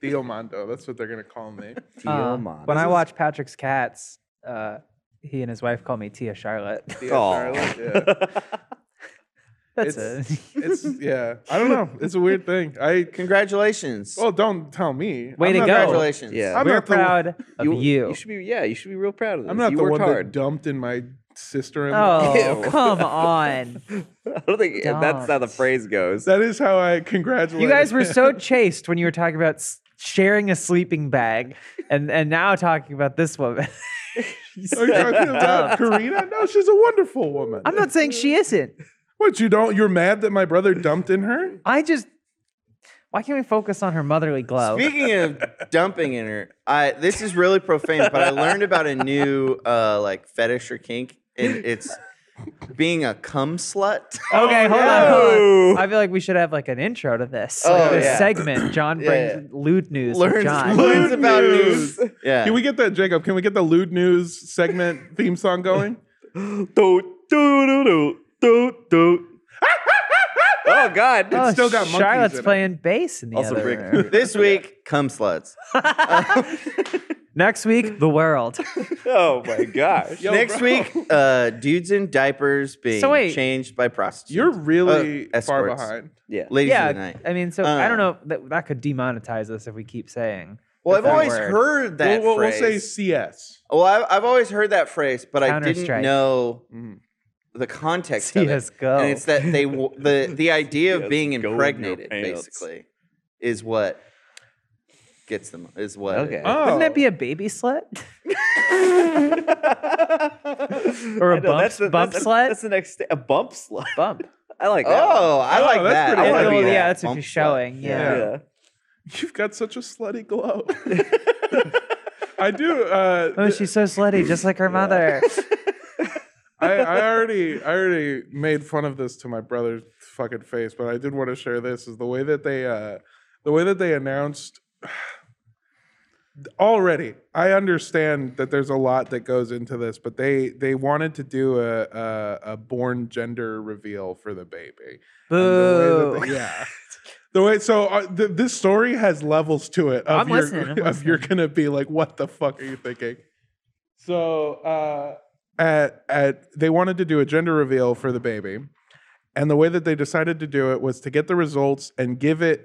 Theo Mondo. That's what they're going to call me.
Uh,
Tio Mondo.
When
This
I
is-
watch Patrick's Cats, uh, he and his wife call me Tia Charlotte.
Thea
Aw.
Charlotte. Yeah.
That's
It's-
it.
It's yeah. I don't know. It's a weird thing. I
Congratulations.
well, don't tell me.
Way
I'm
to
not
go.
that-
Congratulations.
Yeah.
I'm
We're
not the-
proud of you.
you should be. Yeah, you should be real proud of this.
I'm not
you
the
worked
one that
hard.
dumped in my sister-in-law.
oh,
Ew.
come on.
I don't think that's how the
Don't.
phrase goes.
That is how I congratulate.
You guys were so chaste when you were talking about s- sharing a sleeping bag and, and now talking about this woman.
Are you talking about Karina? No, she's a wonderful woman.
I'm not saying she isn't.
What you don't? You're mad that my brother dumped in her?
I just, why can't we focus on her motherly glow?
Speaking of dumping in her, I this is really profane, but I learned about a new uh like fetish or kink, and it's being a cum slut.
Oh,
Okay, hold on,
no.
hold on. I feel like we should have like an intro to this.
Oh,
like this
yeah.
segment. John
Yeah.
brings lewd news. with
Learns,
John.
learns
Lewd
about
news.
news. Yeah.
Can we get that, Jacob? Can we get the lewd news segment theme song going?
Do, do, do, do, do, do. oh God!
Oh,
still got monkeys
Charlotte's
in it.
playing bass in the
also,
other
Rick,
Oh,
room.
this week, cum sluts.
Next week, the world.
Oh my gosh.
Yo,
Next
bro.
week, uh, dudes in diapers being
So wait.
changed by prostitutes.
You're really
Uh,
far
escorts.
behind.
Yeah.
ladies
yeah,
of the night.
I mean, so I don't
Um,
know that that could demonetize us if we keep saying.
Well, I've
that
always
word.
heard that
we'll, we'll, we'll
phrase.
say CS.
Well, I've, I've always heard that phrase, but I didn't
Counter-strike.
know
Mhm.
the context of it.
CS:GO.
And it's that they w- the the idea of being
CS:GO in your
impregnated
pants.
basically is what gets them is what.
Okay.
Oh.
Wouldn't that be a baby slut? Or
or
a bump- bump
that's,
slut?
That's the next sta- a bump slut.
Bump.
I like that. one.
Oh, I
Oh,
like
that's
that.
pretty
I
good.
wanna be
Well,
that
yeah, that's if
bump
you're
slut.
showing, yeah.
yeah.
You've got such a slutty glow. I do. Uh,
Oh,
th-
she's so slutty, just like her mother.
I, I already, I already made fun of this to my brother's fucking face, but I did want to share this. Is the way that they, uh, the way that they announced. Already, I understand that there's a lot that goes into this, but they they wanted to do a a, a born gender reveal for the baby. And the way that
Boo.
they- yeah. The way so uh, th- this story has levels to it. Of
I'm
you're,
listening, I'm
Of you're gonna be like, what the fuck are you thinking? So uh, at at they wanted to do a gender reveal for the baby, and the way that they decided to do it was to get the results and give it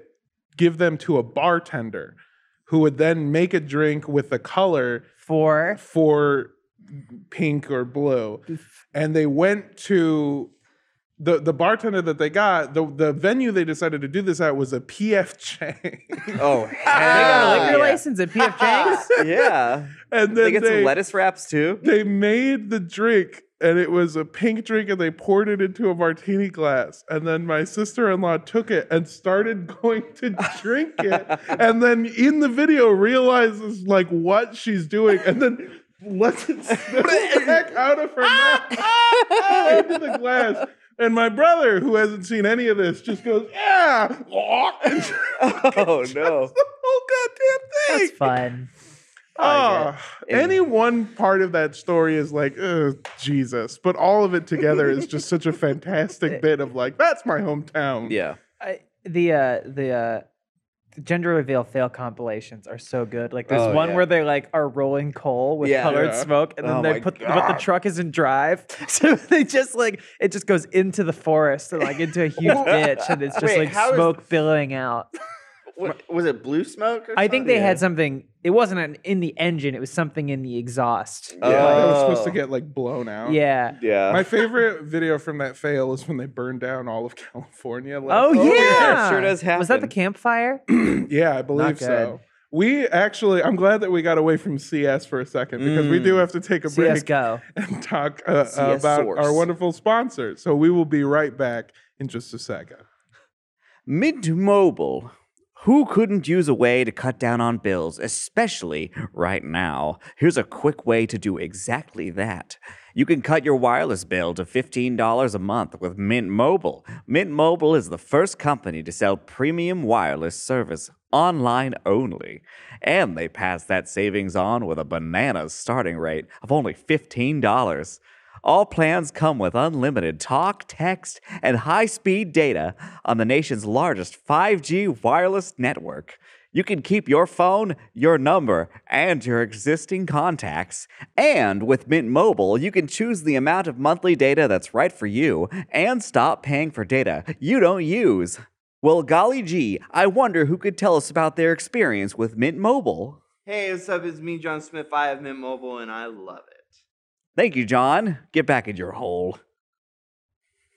give them to a bartender, who would then make a drink with the color
For
for pink or blue. And they went to the the bartender that they got, the, the venue they decided to do this at was a PF Chang's.
Oh,
they got a liquor
hell yeah.
license at PF Chang's.
yeah.
and then
They
they,
get some lettuce wraps too.
they made the drink and it was a pink drink and they poured it into a martini glass. And then my sister-in-law took it and started going to drink it. and then in the video realizes like what she's doing and then lets it spill back out of her mouth. into the glass. And my brother, who hasn't seen any of this, just goes, yeah, and just
Oh no.
the whole goddamn thing.
That's fun.
Ah,
Yeah.
any one part of that story is like, ugh, Jesus. But all of it together is just such a fantastic bit of like, that's my hometown.
Yeah.
I, the uh, the uh, the gender reveal fail compilations are so good. Like there's
Oh,
one
yeah.
where they like are rolling coal with
Yeah.
colored
Yeah.
smoke, and then
Oh my
they put but the
God.
truck is in drive, so they just like it just goes into the forest and like into a huge ditch, and it's just
Wait, how
like
is-
smoke billowing out.
What- was it blue smoke? Or
I think they
something?
had something. It wasn't an, in the engine; it was something in the exhaust.
Yeah, that was
Oh.
supposed to get like blown out.
Yeah.
Yeah.
My favorite video from that fail is when they burned down all of California. like-
Oh, yeah.
yeah, it sure does
Was that the
happen.
campfire?
Yeah, I believe so.
good.
We actually, I'm glad that we got away from CS for a second because we
Mm.
do have to take a break
CS:GO.
and talk uh,
CS
about
source.
our wonderful sponsor. So we will be right back in just a second.
Mint Mobile. Who couldn't use a way to cut down on bills, especially right now? Here's a quick way to do exactly that. You can cut your wireless bill to $15 a month with Mint Mobile. Mint Mobile is the first company to sell premium wireless service online only. And they pass that savings on with a bananas starting rate of only $15. All plans come with unlimited talk, text, and high speed data on the nation's largest 5G wireless network. You can keep your phone, your number, and your existing contacts. And with Mint Mobile, you can choose the amount of monthly data that's right for you and stop paying for data you don't use. Well, golly gee, I wonder who could tell us about their experience with Mint Mobile.
Hey, what's up? It's me, John Smith. I have Mint Mobile, and I love it.
Thank you, John. Get back in your hole.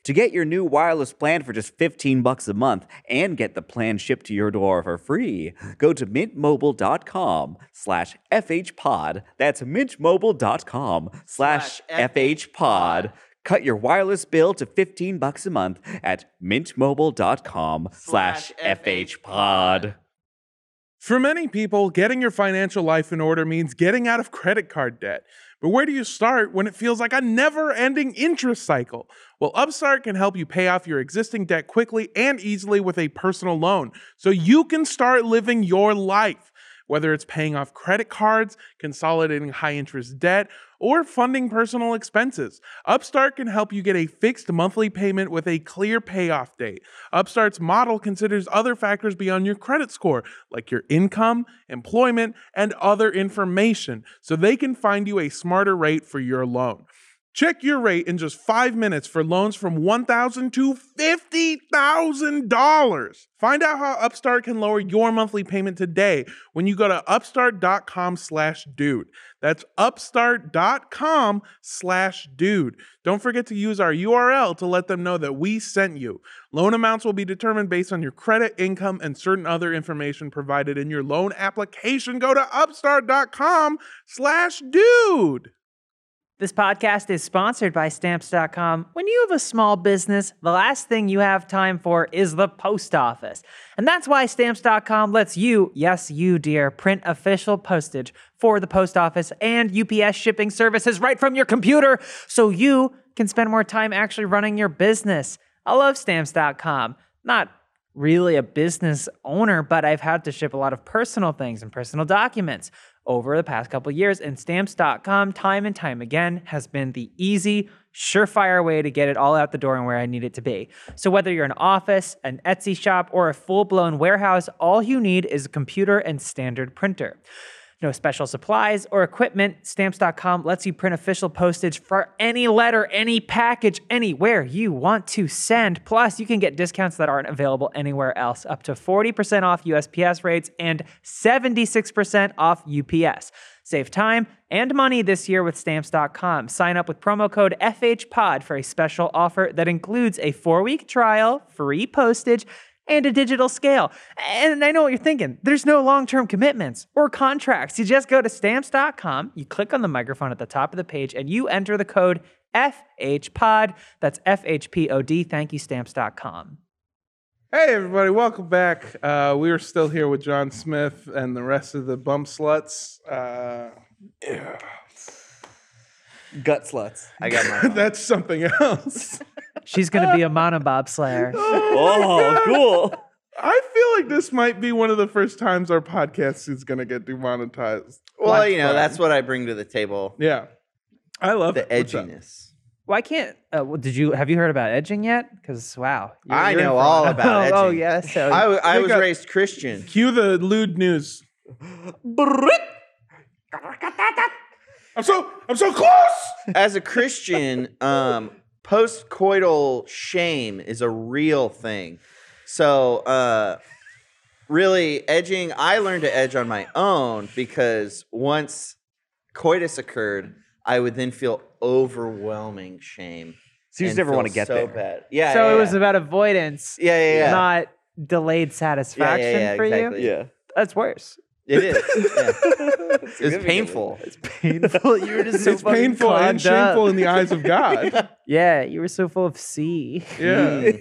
To get your new wireless plan for just 15 bucks a month and get the plan shipped to your door for free, go to mintmobile.com slash fhpod. That's mintmobile.com slash fhpod. Cut your wireless bill to 15 bucks a month at mintmobile.com slash fhpod.
For many people, getting your financial life in order means getting out of credit card debt. But where do you start when it feels like a never ending interest cycle? Well, Upstart can help you pay off your existing debt quickly and easily with a personal loan so you can start living your life. Whether it's paying off credit cards, consolidating high interest debt, or funding personal expenses. Upstart can help you get a fixed monthly payment with a clear payoff date. Upstart's model considers other factors beyond your credit score, like your income, employment, and other information, so they can find you a smarter rate for your loan. Check your rate in just five minutes for loans from $1,000 to $50,000. Find out how Upstart can lower your monthly payment today when you go to upstart.com slash dude. That's upstart.com slash dude. Don't forget to use our URL to let them know that we sent you. Loan amounts will be determined based on your credit, income, and certain other information provided in your loan application. Go to upstart.com slash dude.
This podcast is sponsored by stamps.com. When you have a small business, the last thing you have time for is the post office. And that's why stamps.com lets you, yes, you, dear, print official postage for the post office and UPS shipping services right from your computer so you can spend more time actually running your business. I love stamps.com. Not really a business owner, but I've had to ship a lot of personal things and personal documents over the past couple years. And stamps.com, time and time again, has been the easy, surefire way to get it all out the door and where I need it to be. So, whether you're an office, an Etsy shop, or a full blown warehouse, all you need is a computer and standard printer. No special supplies or equipment. Stamps.com lets you print official postage for any letter, any package, anywhere you want to send. Plus, you can get discounts that aren't available anywhere else, up to 40% off USPS rates and 76% off UPS. Save time and money this year with stamps.com. Sign up with promo code FHPOD for a special offer that includes a four week trial, free postage, and a digital scale. And I know what you're thinking. There's no long-term commitments or contracts. You just go to stamps.com, you click on the microphone at the top of the page and you enter the code FHPOD. That's F H P O D. Thank you stamps.com.
Hey, everybody, welcome back. Uh, we are still here with John Smith and the rest of the bump sluts. Uh,
Gut sluts.
I got my.
that's something else.
She's going to be a monobob slayer.
Oh, cool.
I feel like this might be one of the first times our podcast is going to get demonetized.
Well, you know,
fun.
that's what I bring to the table.
Yeah. I love
The
it. What's up?
edginess.
Why can't uh, well, did you have you heard about edging yet? Cuz wow. you're-
I
you're in
know
for-
all about edging.
Oh, oh yeah, so
I, w- I
They
was
got-
raised Christian.
Cue the lewd news. I'm so I'm so close.
As a Christian, um, post-coital shame is a real thing. So, uh, really, edging. I learned to edge on my own because once coitus occurred, I would then feel overwhelming shame.
So you just
and
never want to
feel
get
so
there.
bad. Yeah.
so
yeah,
it was
yeah.
about avoidance,
yeah, yeah, yeah.
not delayed satisfaction
yeah,
for
exactly.
you.
Yeah.
That's worse.
It is. Yeah.
it's
It was painful.
painful. You were just so
it's painful and shameful in the eyes of God.
Yeah, you were so full of C.
yeah.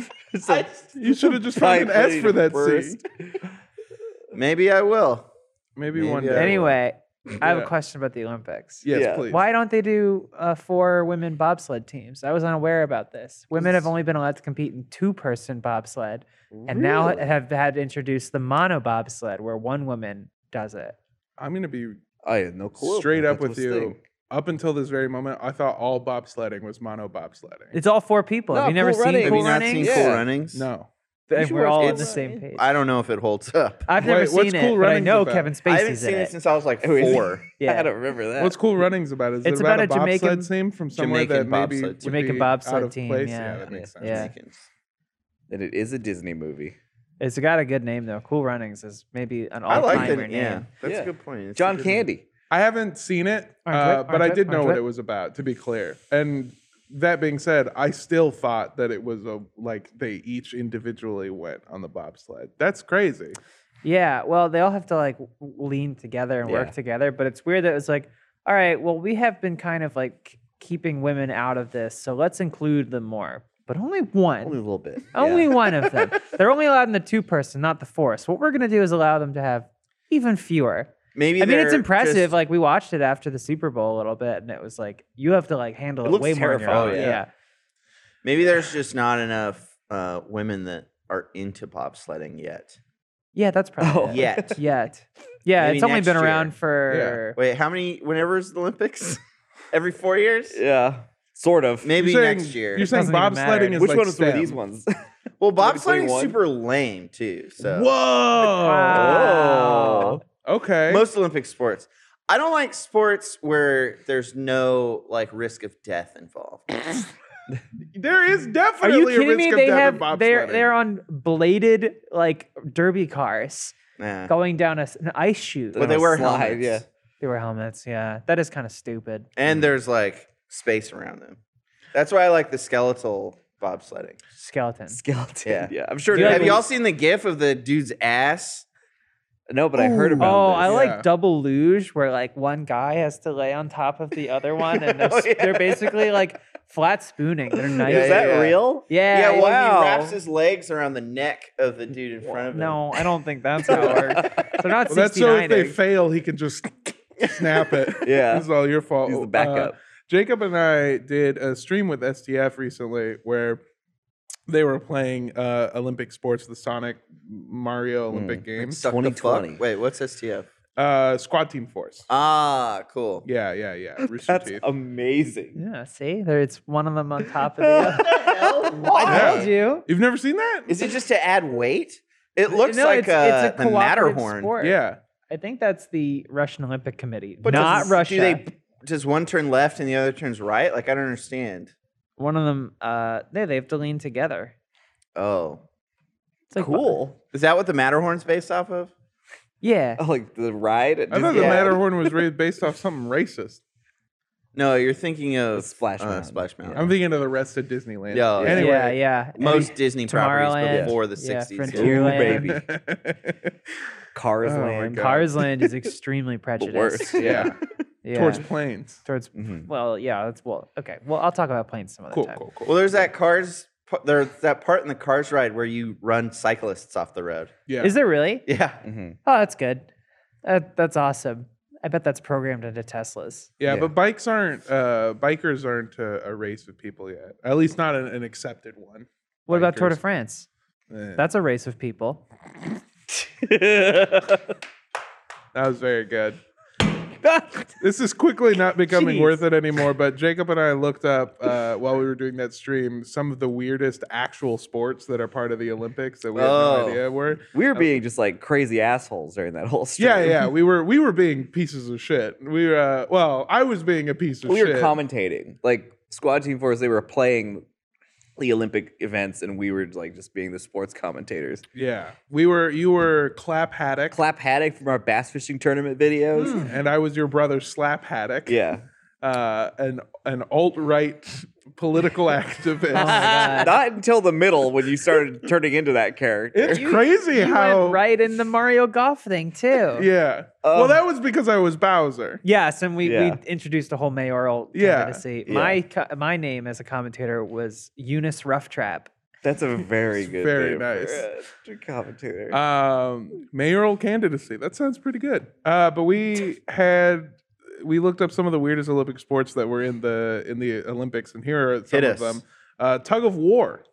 It's
I
like,
just-
You should have just found an
Type
S for that C.
burst.
maybe I will.
Maybe,
Maybe
one
I
day.
will.
Anyway, I have a
Yeah.
question about the Olympics.
Yes,
Yeah.
please.
Why don't they do uh, four women bobsled teams? I was unaware about this. Women have only been allowed to compete in two-person bobsled, and now
Really?
have had introduced the mono bobsled, where one woman does it.
I'm gonna be
I had no clue.
straight
that
up with
was a
you.
thing.
Up until this very moment, I thought all bobsledding was mono bobsledding.
It's all four people.
No,
have you never
cool
seen
running.
Have
cool
you not
running?
seen
Yeah.
Cool Runnings?
no.
You
That
should
We're
watch
all
Cool
on the
Runnings.
same page.
I don't know if it holds up.
I've never
Wait,
seen
what's
it,
Cool
but I
Runnings
know
about?
Kevin
I
Spacey's
haven't seen
in
it since I was like
Who is it?
four.
I
Yeah.
don't remember that.
What's Cool Runnings about? Is it
It's
about, a,
about a Jamaican-
bobsled team from somewhere that
Jamaican
maybe
bobsled
would
team.
Jamaican
be
bobsled
out of
team,
Place?
yeah.
that makes sense.
Yeah.
And it is a Disney movie.
It's got a good name though. Cool Runnings is maybe an
I
all-timer
like that.
name.
Yeah, that's
Yeah.
a good point. It's a
John
good-
Candy.
I haven't seen it,
Aren't
uh,
it?
but I
Aren't it?
did know
Aren't
what
it?
it was about. To be clear, and that being said, I still thought that it was a like they each individually went on the bobsled. That's crazy.
Yeah, well, they all have to like w- lean together and
Yeah.
work together, but it's weird that it's like, all right, well, we have been kind of like k- keeping women out of this, so let's include them more, but only
Only a
one. Only,
little bit.
one of them. They're only allowed in the two person, not the four. So what we're gonna do is allow them to have even fewer.
Maybe
I mean, it's
they're
impressive.
just-
like we watched it after the Super Bowl a little bit, and it was like you have to like handle
It
it,
looks
way more. on your
terrifying.
own.
Oh, yeah. maybe there's just not enough uh, women that are into bobsledding yet.
yeah, that's probably
Oh.
it.
Yet,
yet. Yeah,
Maybe
it's only
next
been
year.
around for
Wait, how many? Whenever is the Olympics? Every four years?
Yeah, sort of.
Maybe
You're saying-
next year.
You're saying
Doesn't even matter
bobsledding is
Which
like
one was one of
STEM.
these ones?
Well, bobsledding is
2021?
super lame too. So
Whoa.
Wow.
Okay.
most Olympic sports. I don't like sports where there's no like risk of death involved.
there is
Are
definitely
you
a
kidding
risk
me?
of
They
death
have
in
they're
bobsledding.
they're on bladed like derby cars
Nah.
going down a s an ice chute.
But they wear
Slide,
helmets.
yeah. Mm-hmm.
They wear helmets. Yeah, that is kind of stupid.
And there's like space around them. That's why I like the skeletal bobsledding.
Skeleton.
Skeleton.
Yeah.
Yeah, I'm sure.
Do you
it
Have
like-
y'all seen the gif of the dude's ass?
No, but I heard
Ooh.
about.
Oh,
this.
I
Yeah.
like double luge where like one guy has to lay on top of the other one and they're,
Oh,
s-
yeah.
they're basically like flat spooning. They're nice.
Is that
yeah.
real?
Yeah.
Yeah,
you-
well,
wow.
he wraps his legs around the neck of the dude in front of him.
No, I don't think that's how it works. They're not
well, that's so if
69
they fail, he can just snap it.
Yeah.
This is all your fault.
He's the
Uh,
backup.
Jacob and I did a stream with STF recently where they were playing uh, Olympic sports, the Sonic
Hmm,
Mario Olympic
Like,
games.
suck the fuck?
2020.
Wait, what's STF?
Uh, squad Team Force.
Oh.
Ah, cool.
Yeah, yeah, yeah. Rooster
That's
Teeth.
amazing.
Yeah, see? There it's one of them on top of the other. I
Why?
told you.
You've never seen that?
Is it just to add weight? It looks
no,
like
it's,
uh,
it's a
the
cooperative
Matterhorn.
Sport.
yeah.
I think that's the Russian Olympic Committee.
But
not
does,
Russia.
Do they, does one turn left and the other turns right? Like I don't understand.
One of them uh they they have to lean together.
Oh,
It's like
Cool.
is that what the Matterhorn's based off of?
Yeah.
Oh, like the ride. At
I thought the
Disneyland?
Matterhorn was ra- based off something racist.
No, you're thinking of
Splash
uh,
Mountain.
Splash Mountain.
I'm thinking of the rest of Disneyland.
Yeah, yeah.
anyway.
Yeah, yeah. And
Most Disney
Tomorrowland,
properties before the
yeah,
60s.
Frontierland.
Ooh, baby. Cars
Oh my
Land.
God.
Cars Land is extremely prejudiced.
worst.
yeah.
Yeah.
Towards planes.
towards
Mm-hmm.
Mhm.
well yeah that's well okay well i'll talk about planes some other
Cool,
time
cool, cool.
Well, there's that Cars. pa- There's that part in the Cars ride where you run cyclists off the road.
yeah.
is there really
Yeah.
Mhm.
oh that's good that, that's awesome i bet that's programmed into teslas
yeah,
yeah.
but bikes aren't uh bikers aren't a, a race with people yet. At least not an, an accepted one.
what about tour de
Bikers.
france
Eh,
that's a race of people
that was very good. This is quickly not becoming
Jeez.
worth it anymore, but Jacob and I looked up uh, while we were doing that stream some of the weirdest actual sports that are part of the Olympics that we had
Oh.
no idea were.
We were being just like crazy assholes during that whole stream.
Yeah, yeah, we were we were being pieces of shit. We were uh, well, I was being a piece of
we
shit.
were commentating. Like Squad Team Force, they were playing the Olympic events, and we were like just being the sports commentators.
yeah, we were. You were clap haddock,
Clap Haddock from our bass fishing tournament videos.
and I was your brother slap haddock.
Yeah,
uh, an an alt right political
oh my
activist.
god
not until the middle when you started turning into that character.
It's crazy
you
how
went right in the mario golf thing too
Yeah. well, that was because I was Bowser.
Yes, and we,
Yeah.
we introduced a whole mayoral
Yeah,
candidacy.
yeah.
My co- my name as a commentator was Eunice Roughtrap.
That's a very good, Mm-hmm.
very
name
nice.
for a commentator.
Um, mayoral candidacy. That sounds pretty good. Uh, but we had we looked up some of the weirdest Olympic sports that were in the in the Olympics, and here are some
Hit
of
us.
them. Uh, tug of war.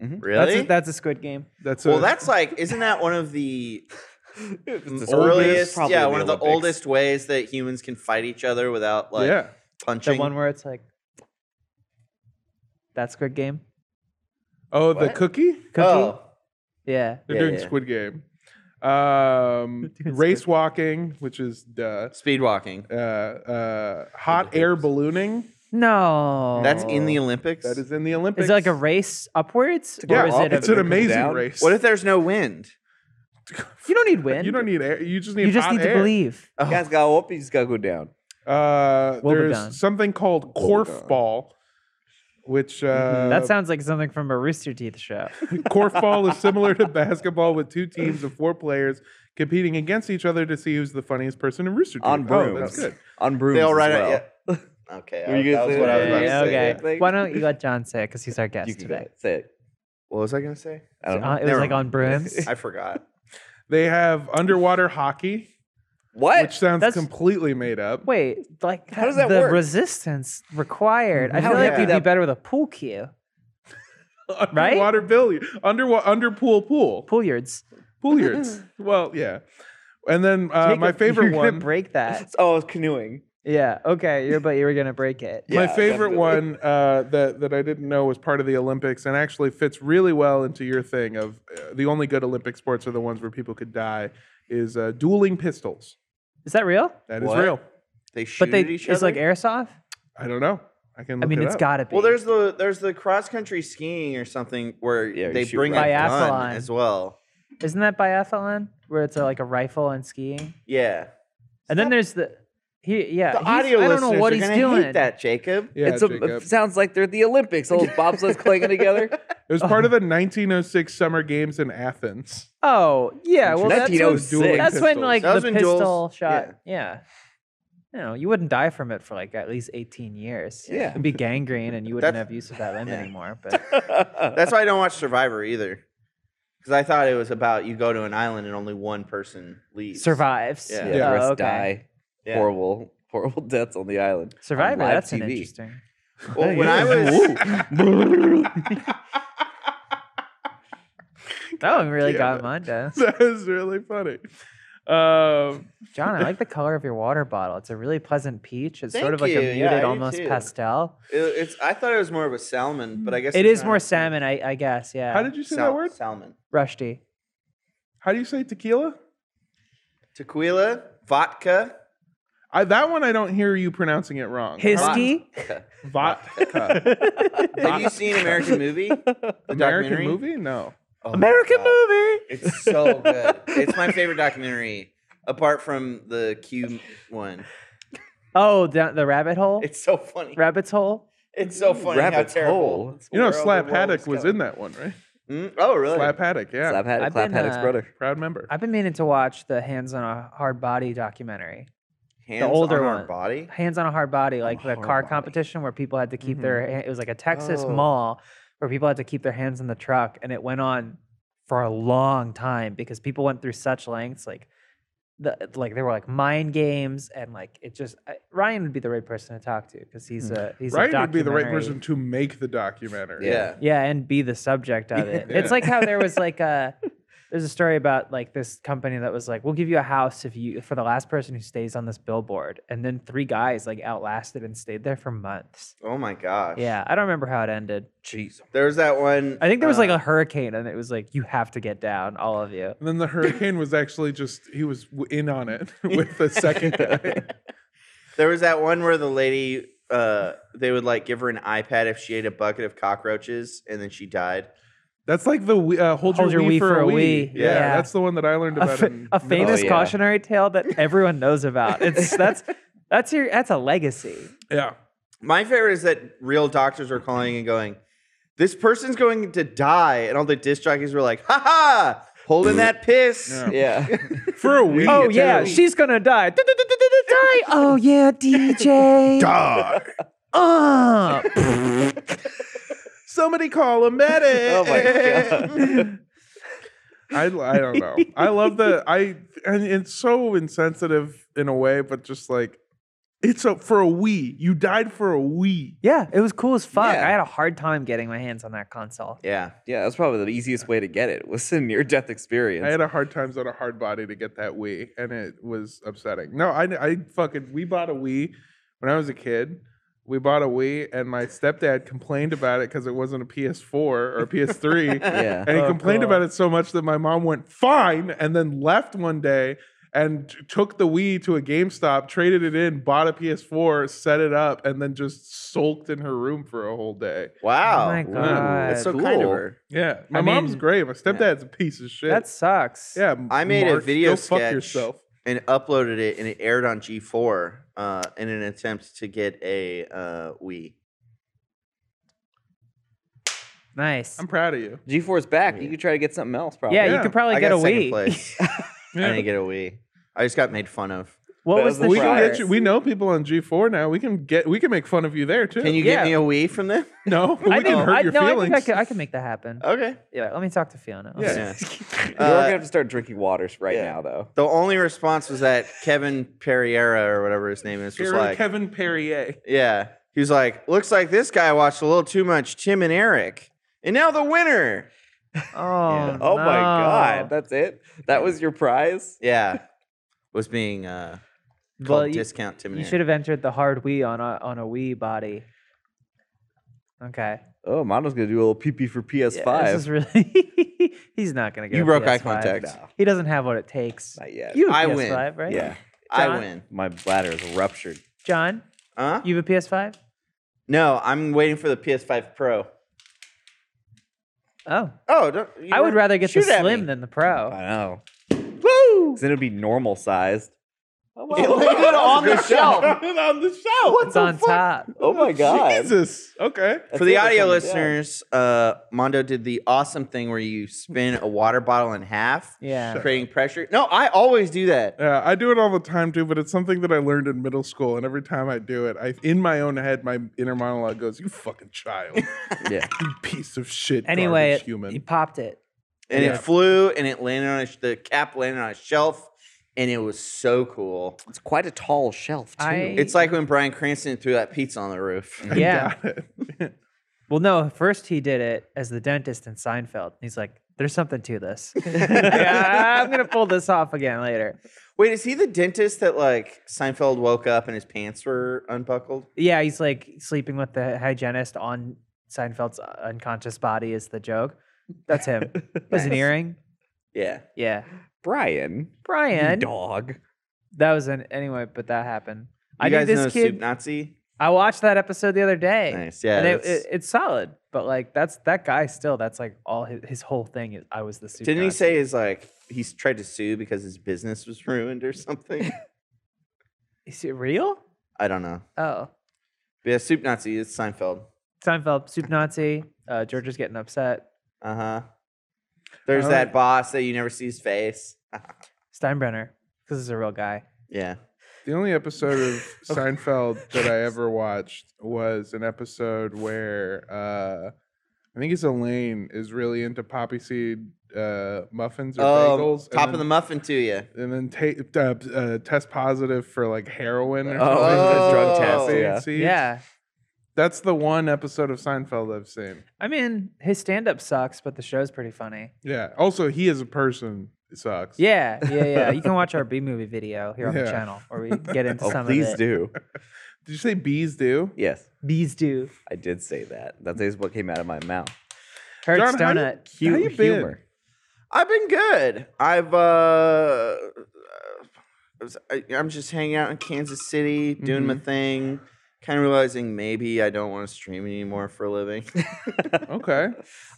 Really?
That's a, that's a Squid Game.
That's
well,
a,
that's like, isn't that one of the
It's the oldest,
earliest?
probably
Yeah, one of the
Olympics.
oldest ways that humans can fight each other without like
yeah.
punching.
The one where it's like that Squid Game
Oh, the
What?
cookie.
cookie.
Oh,
Yeah.
They're
Yeah,
doing
yeah.
Squid Game. Um,
doing
race walking, which is duh.
speed walking.
Uh, uh, hot air ballooning.
No.
That's in the Olympics.
That is in the Olympics.
Oh. Is it like a race upwards,
Yeah, uh,
or is it?
it's
A,
an
Come
amazing
down?
race.
What if there's no wind?
you don't need wind.
you don't need air? You just need.
You just
hot
need to
air.
believe.
You guys go up, you just gotta go down.
Uh,
Well
there's
done.
something called
Well
corfball,
done.
which uh,
that sounds like something from a Rooster Teeth show.
corfball is similar to basketball with two teams of four players competing against each other to see who's the funniest person in Rooster Teeth.
On
oh,
brooms.
that's good.
On brooms.
They all
as
ride
well.
out. Yeah. Okay,
Were you
that
gonna
was
say
what I
that?
was about to
Yeah,
say.
okay.
yeah.
Why don't you let John say it because he's our guest
You can
today?
say it.
What was I gonna say?
I don't know.
Uh, it was
Never
like on brooms.
I forgot.
They have underwater hockey,
what?
which sounds
That's-
completely made up.
Wait, like
How does that
the
work?
resistance required? I
Mm-hmm.
How
feel
did
like we'd
that-
be better with a pool cue, right?
underwater billiard, underwater underpool pool,
pool yards.
pool yards. well, yeah. And then uh,
Take
my
it-
favorite
you're
one.
Gonna break that.
Oh, it's canoeing.
Yeah. Okay. You're, but you were gonna break it.
my
Yeah,
favorite
definitely.
one uh, that that I didn't know was part of the Olympics and actually fits really well into your thing of uh, the only good Olympic sports are the ones where people could die is uh, dueling pistols.
Is that real?
That is
What?
real.
They shoot
But they
at each
it's
other.
like airsoft.
I don't know. I can. Look
I mean,
it
it's
up.
gotta be.
well, there's the there's the cross country skiing or something where
Yeah, you
they
shoot
bring a gun
Biathlon.
as well.
isn't that biathlon where it's uh like a rifle and skiing,
Yeah.
and then there's the he yeah.
The
he's-
audio
I don't
listeners
know what
are
he's
gonna
doing.
hate that, Jacob.
Yeah,
it's a,
Jacob.
it sounds like they're at the Olympics. All those bobsleds clanging together.
It was part of the 1906 Summer Games in Athens.
Oh yeah. Well, that's
Interesting.
when,
1906.
Dueling
that's when
pistols.
like
That was
the
when duels-
pistol shot. Yeah. You know, you wouldn't die from it for like at least 18 years.
Yeah.
It'd be gangrene, and you wouldn't
That's-
have use of that limb
yeah.
anymore. But
That's why I don't watch Survivor either. Because I thought it was about you go to an island and only one person leaves.
survives.
Yeah.
yeah, the
Oh,
rest
okay.
die.
Yeah.
Horrible, horrible deaths on the island. on
Survivor.
live
That's an
TV.
interesting.
Well, when I was
That one really
damn
got
it.
mine, Dennis.
that is really funny. Um,
John, I like the color of your water bottle. It's a really pleasant peach. It's sort
Thank
of like
you.
a
Yeah,
muted,
I do
almost
too.
pastel.
It- it's I thought it was more of a salmon, but I guess
It is
it's not.
more salmon, I, I guess. Yeah.
how did you say that
Sal-
word?
Salmon.
Rushdie.
How do you say tequila?
Tequila, vodka.
I, that one I don't hear you pronouncing it wrong.
Hisky?
Vodka.
Have you seen American Movie? The
American
documentary?
movie? No.
Oh my
American
God.
movie.
It's so good. It's my favorite documentary, apart from the Q one.
Oh, down the rabbit hole?
It's so funny.
Rabbit's hole?
It's so funny
Rabbit's
how terrible.
hole.
it's
You know,
where all the
Slap
world
Haddock was
going.
in that one, right?
Mm? Oh, really?
Slap Haddock, yeah.
Slap had
I've
clap
been,
haddock's
uh,
brother.
Proud member.
I've been meaning to watch the Hands on a Hard Body documentary.
Hands
older
on our
one.
Body.
Hands on a Hard Body, like the
Hard
car
Body.
competition where people had to keep
Mhm.
their
Mm-hmm.
their, it was like a Texas
Oh.
mall where people had to keep their hands in the truck. And it went on for a long time because people went through such lengths. Like, the, like there were like mind games and like it just I, Ryan would be the right person to talk to because he's a he's a
Mm. Ryan would be the right
documentary-
person to make the documentary.
Yeah.
Yeah, and be the subject of it. It's
Yeah.
like how there was like a there's a story about like this company that was like, we'll give you a house if you for the last person who stays on this billboard, and then three guys like outlasted and stayed there for months.
Oh my gosh.
Yeah, I don't remember how it ended.
Jeez.
There was that one.
I think there was like
uh,
a hurricane, and it was like you have to get down, all of you.
And then the hurricane was actually just, he was w- in on it with the second guy.
There was that one where the lady, uh, they would like give her an iPad if she ate a bucket of cockroaches, and then she died.
That's like the we- uh, hold, your, wee, for a wee. Yeah,
Yeah.
that's the one that I learned
A,
about.
fa-
in middle
a famous
yeah.
cautionary tale that everyone knows about. It's that's that's your that's a legacy.
Yeah.
My favorite is that real doctors were calling and going, "This person's going to die," and all the disc jockeys were like, "Ha ha, holding that piss."
Yeah.
Yeah.
For a wee.
Oh
too.
yeah, she's gonna die. Die. Oh yeah, DJ.
Die.
Uh.
Somebody call a medic.
Oh my god.
I, I don't know. I love the I and it's so insensitive in a way, but just like it's a for a wee. You died for a wee.
Yeah, it was cool as fuck.
Yeah.
I had a hard time getting my hands on that console.
Yeah.
Yeah, that's probably the easiest way to get it was a near death experience.
I had a hard times on a hard body to get that wee, and it was upsetting. No, I I fucking we bought a wee when I was a kid. We bought a Wii, and my stepdad complained about it because it wasn't a PS4 or a PS3.
yeah.
And he
Oh,
complained
God.
about it so much that my mom went fine and then left one day and t- took the Wii to a GameStop, traded it in, bought a PS4, set it up, and then just sulked in her room for a whole day.
Wow.
Oh my
Ooh,
god,
That's so kind of
Cool.
her.
Yeah, my
I
mom's
mean-
great. My stepdad's a piece of shit.
that sucks.
yeah.
I made a video
go fuck
sketch.
yourself.
and uploaded it, and it aired on G4 uh, in an attempt to get a uh, Wii.
nice.
I'm proud of you.
G4's back. You
Yeah.
could try to get something else probably.
yeah,
yeah,
you could probably
I
get
got
a
second
Wii.
place. I
Yeah.
didn't get a Wii. I just got made fun of.
What
That
was
was
the
a
We can get
choice?
you. We know people on G4 now. We can get. We can make fun of you there too.
Can you
Yeah.
get me a Wii from them?
No, we
I
can
think,
hurt
I,
your
no, I
feelings. Uh,
think I could, I could make that happen.
Okay.
yeah, let me talk to Fiona.
Yeah.
You're
Uh,
gonna have to start drinking waters right
yeah.
now though.
The only response was that Kevin Perriera or whatever his name is was
You're
like,
Kevin Perrier.
yeah, he was like, looks like this guy watched a little too much Tim and Eric, and now the winner.
Oh,
Oh my
no.
god, that's it? That was your prize?
Yeah, was being uh, called
Well, you,
discount Tim. and
you
Eric.
should have entered the hard we on a on a we body. Okay.
Oh, Mono's gonna do a little pee pee for PS5.
Yeah, this is really. he's not gonna get.
You
a
broke eye
PS5.
contact.
No.
He doesn't have what it takes.
Not yet.
You
I
have a
win.
PS5, right?
Yeah,
I
John?
win.
my bladder is ruptured.
John,
Huh?
you have a PS5?
no, I'm waiting for the PS5 Pro.
Oh,
Oh, don't, you
I would
don't
rather get the
shoot at
slim
me.
than the pro.
I know.
Woo!
'Cause then it'll be normal sized.
It landed on the shelf.
on the shelf.
It's on top.
Oh my god.
Jesus. Okay.
For the
That's it, that's
audio
all we got.
listeners, uh, Mondo did the awesome thing where you spin a water bottle in half,
Yeah.
creating pressure. No, I always do that.
Yeah, I do it all the time too, but it's something that I learned in middle school, and every time I do it, I in my own head, my inner monologue goes, "You fucking child, you
Yeah.
piece of shit."
Anyway,
garbage
it,
human.
you popped it.
And
Yeah.
it flew and it landed on a sh- the cap landed on a shelf and it was so cool.
It's quite a tall shelf too.
I-
It's like when Brian Cranston threw that pizza on the roof.
I
Yeah.
got it.
Well, no, first he did it as the dentist in Seinfeld. He's like, there's something to this. yeah, I'm going to pull this off again later.
Wait, is he the dentist that like Seinfeld woke up and his pants were unbuckled?
Yeah, he's like sleeping with the hygienist on Seinfeld's uh, unconscious body is the joke. That's him. Was an
Nice.
earring.
Yeah.
Yeah.
Brian. you
Brian.
Dog.
That was an anyway, but that happened.
You
I knew
guys
this
know
kid.
Soup Nazi?
I watched that episode the other day.
Nice. Yeah.
and it,
that's-
it, it's solid, but like that's that guy still. That's like all his, his whole thing is I was the super.
Didn't he say his like he's tried to sue because his business was ruined or something?
Is it real?
I don't know.
Oh,
But yeah, Soup Nazi is Seinfeld.
Seinfeld, Soup Nazi. Uh, George is getting upset.
Uh huh. There's
Uh-huh.
All
that
right.
boss that you never see his face.
Steinbrenner, because he's a real guy.
Yeah.
The only episode of Seinfeld that I ever watched was an episode where uh, I think it's Elaine is really into poppy seed uh, muffins or
Oh,
bagels. and
top of
then-
the muffin to you.
and then ta- uh, uh, test positive for like heroin or
Oh,
something.
the drug test,
Poppy
yeah.
seeds.
Yeah,
That's the one episode of Seinfeld I've seen.
I mean his stand up sucks, but the show's pretty funny.
Yeah. Also, he as a person sucks.
Yeah, yeah, yeah. You can watch our B movie video here on the
Yeah.
channel, where we get into
Oh,
some
please
of it.
do.
Did you say bees do?
Yes,
Bees do.
I did say that. That is what came out of my mouth.
Hertz
John, how
Donut.
you, how
Hu-
you been?
humor.
I've been good. I've uh, I was- I- I'm just hanging out in Kansas City doing my thing. Kind of realizing maybe I don't want to stream anymore for a living.
Okay.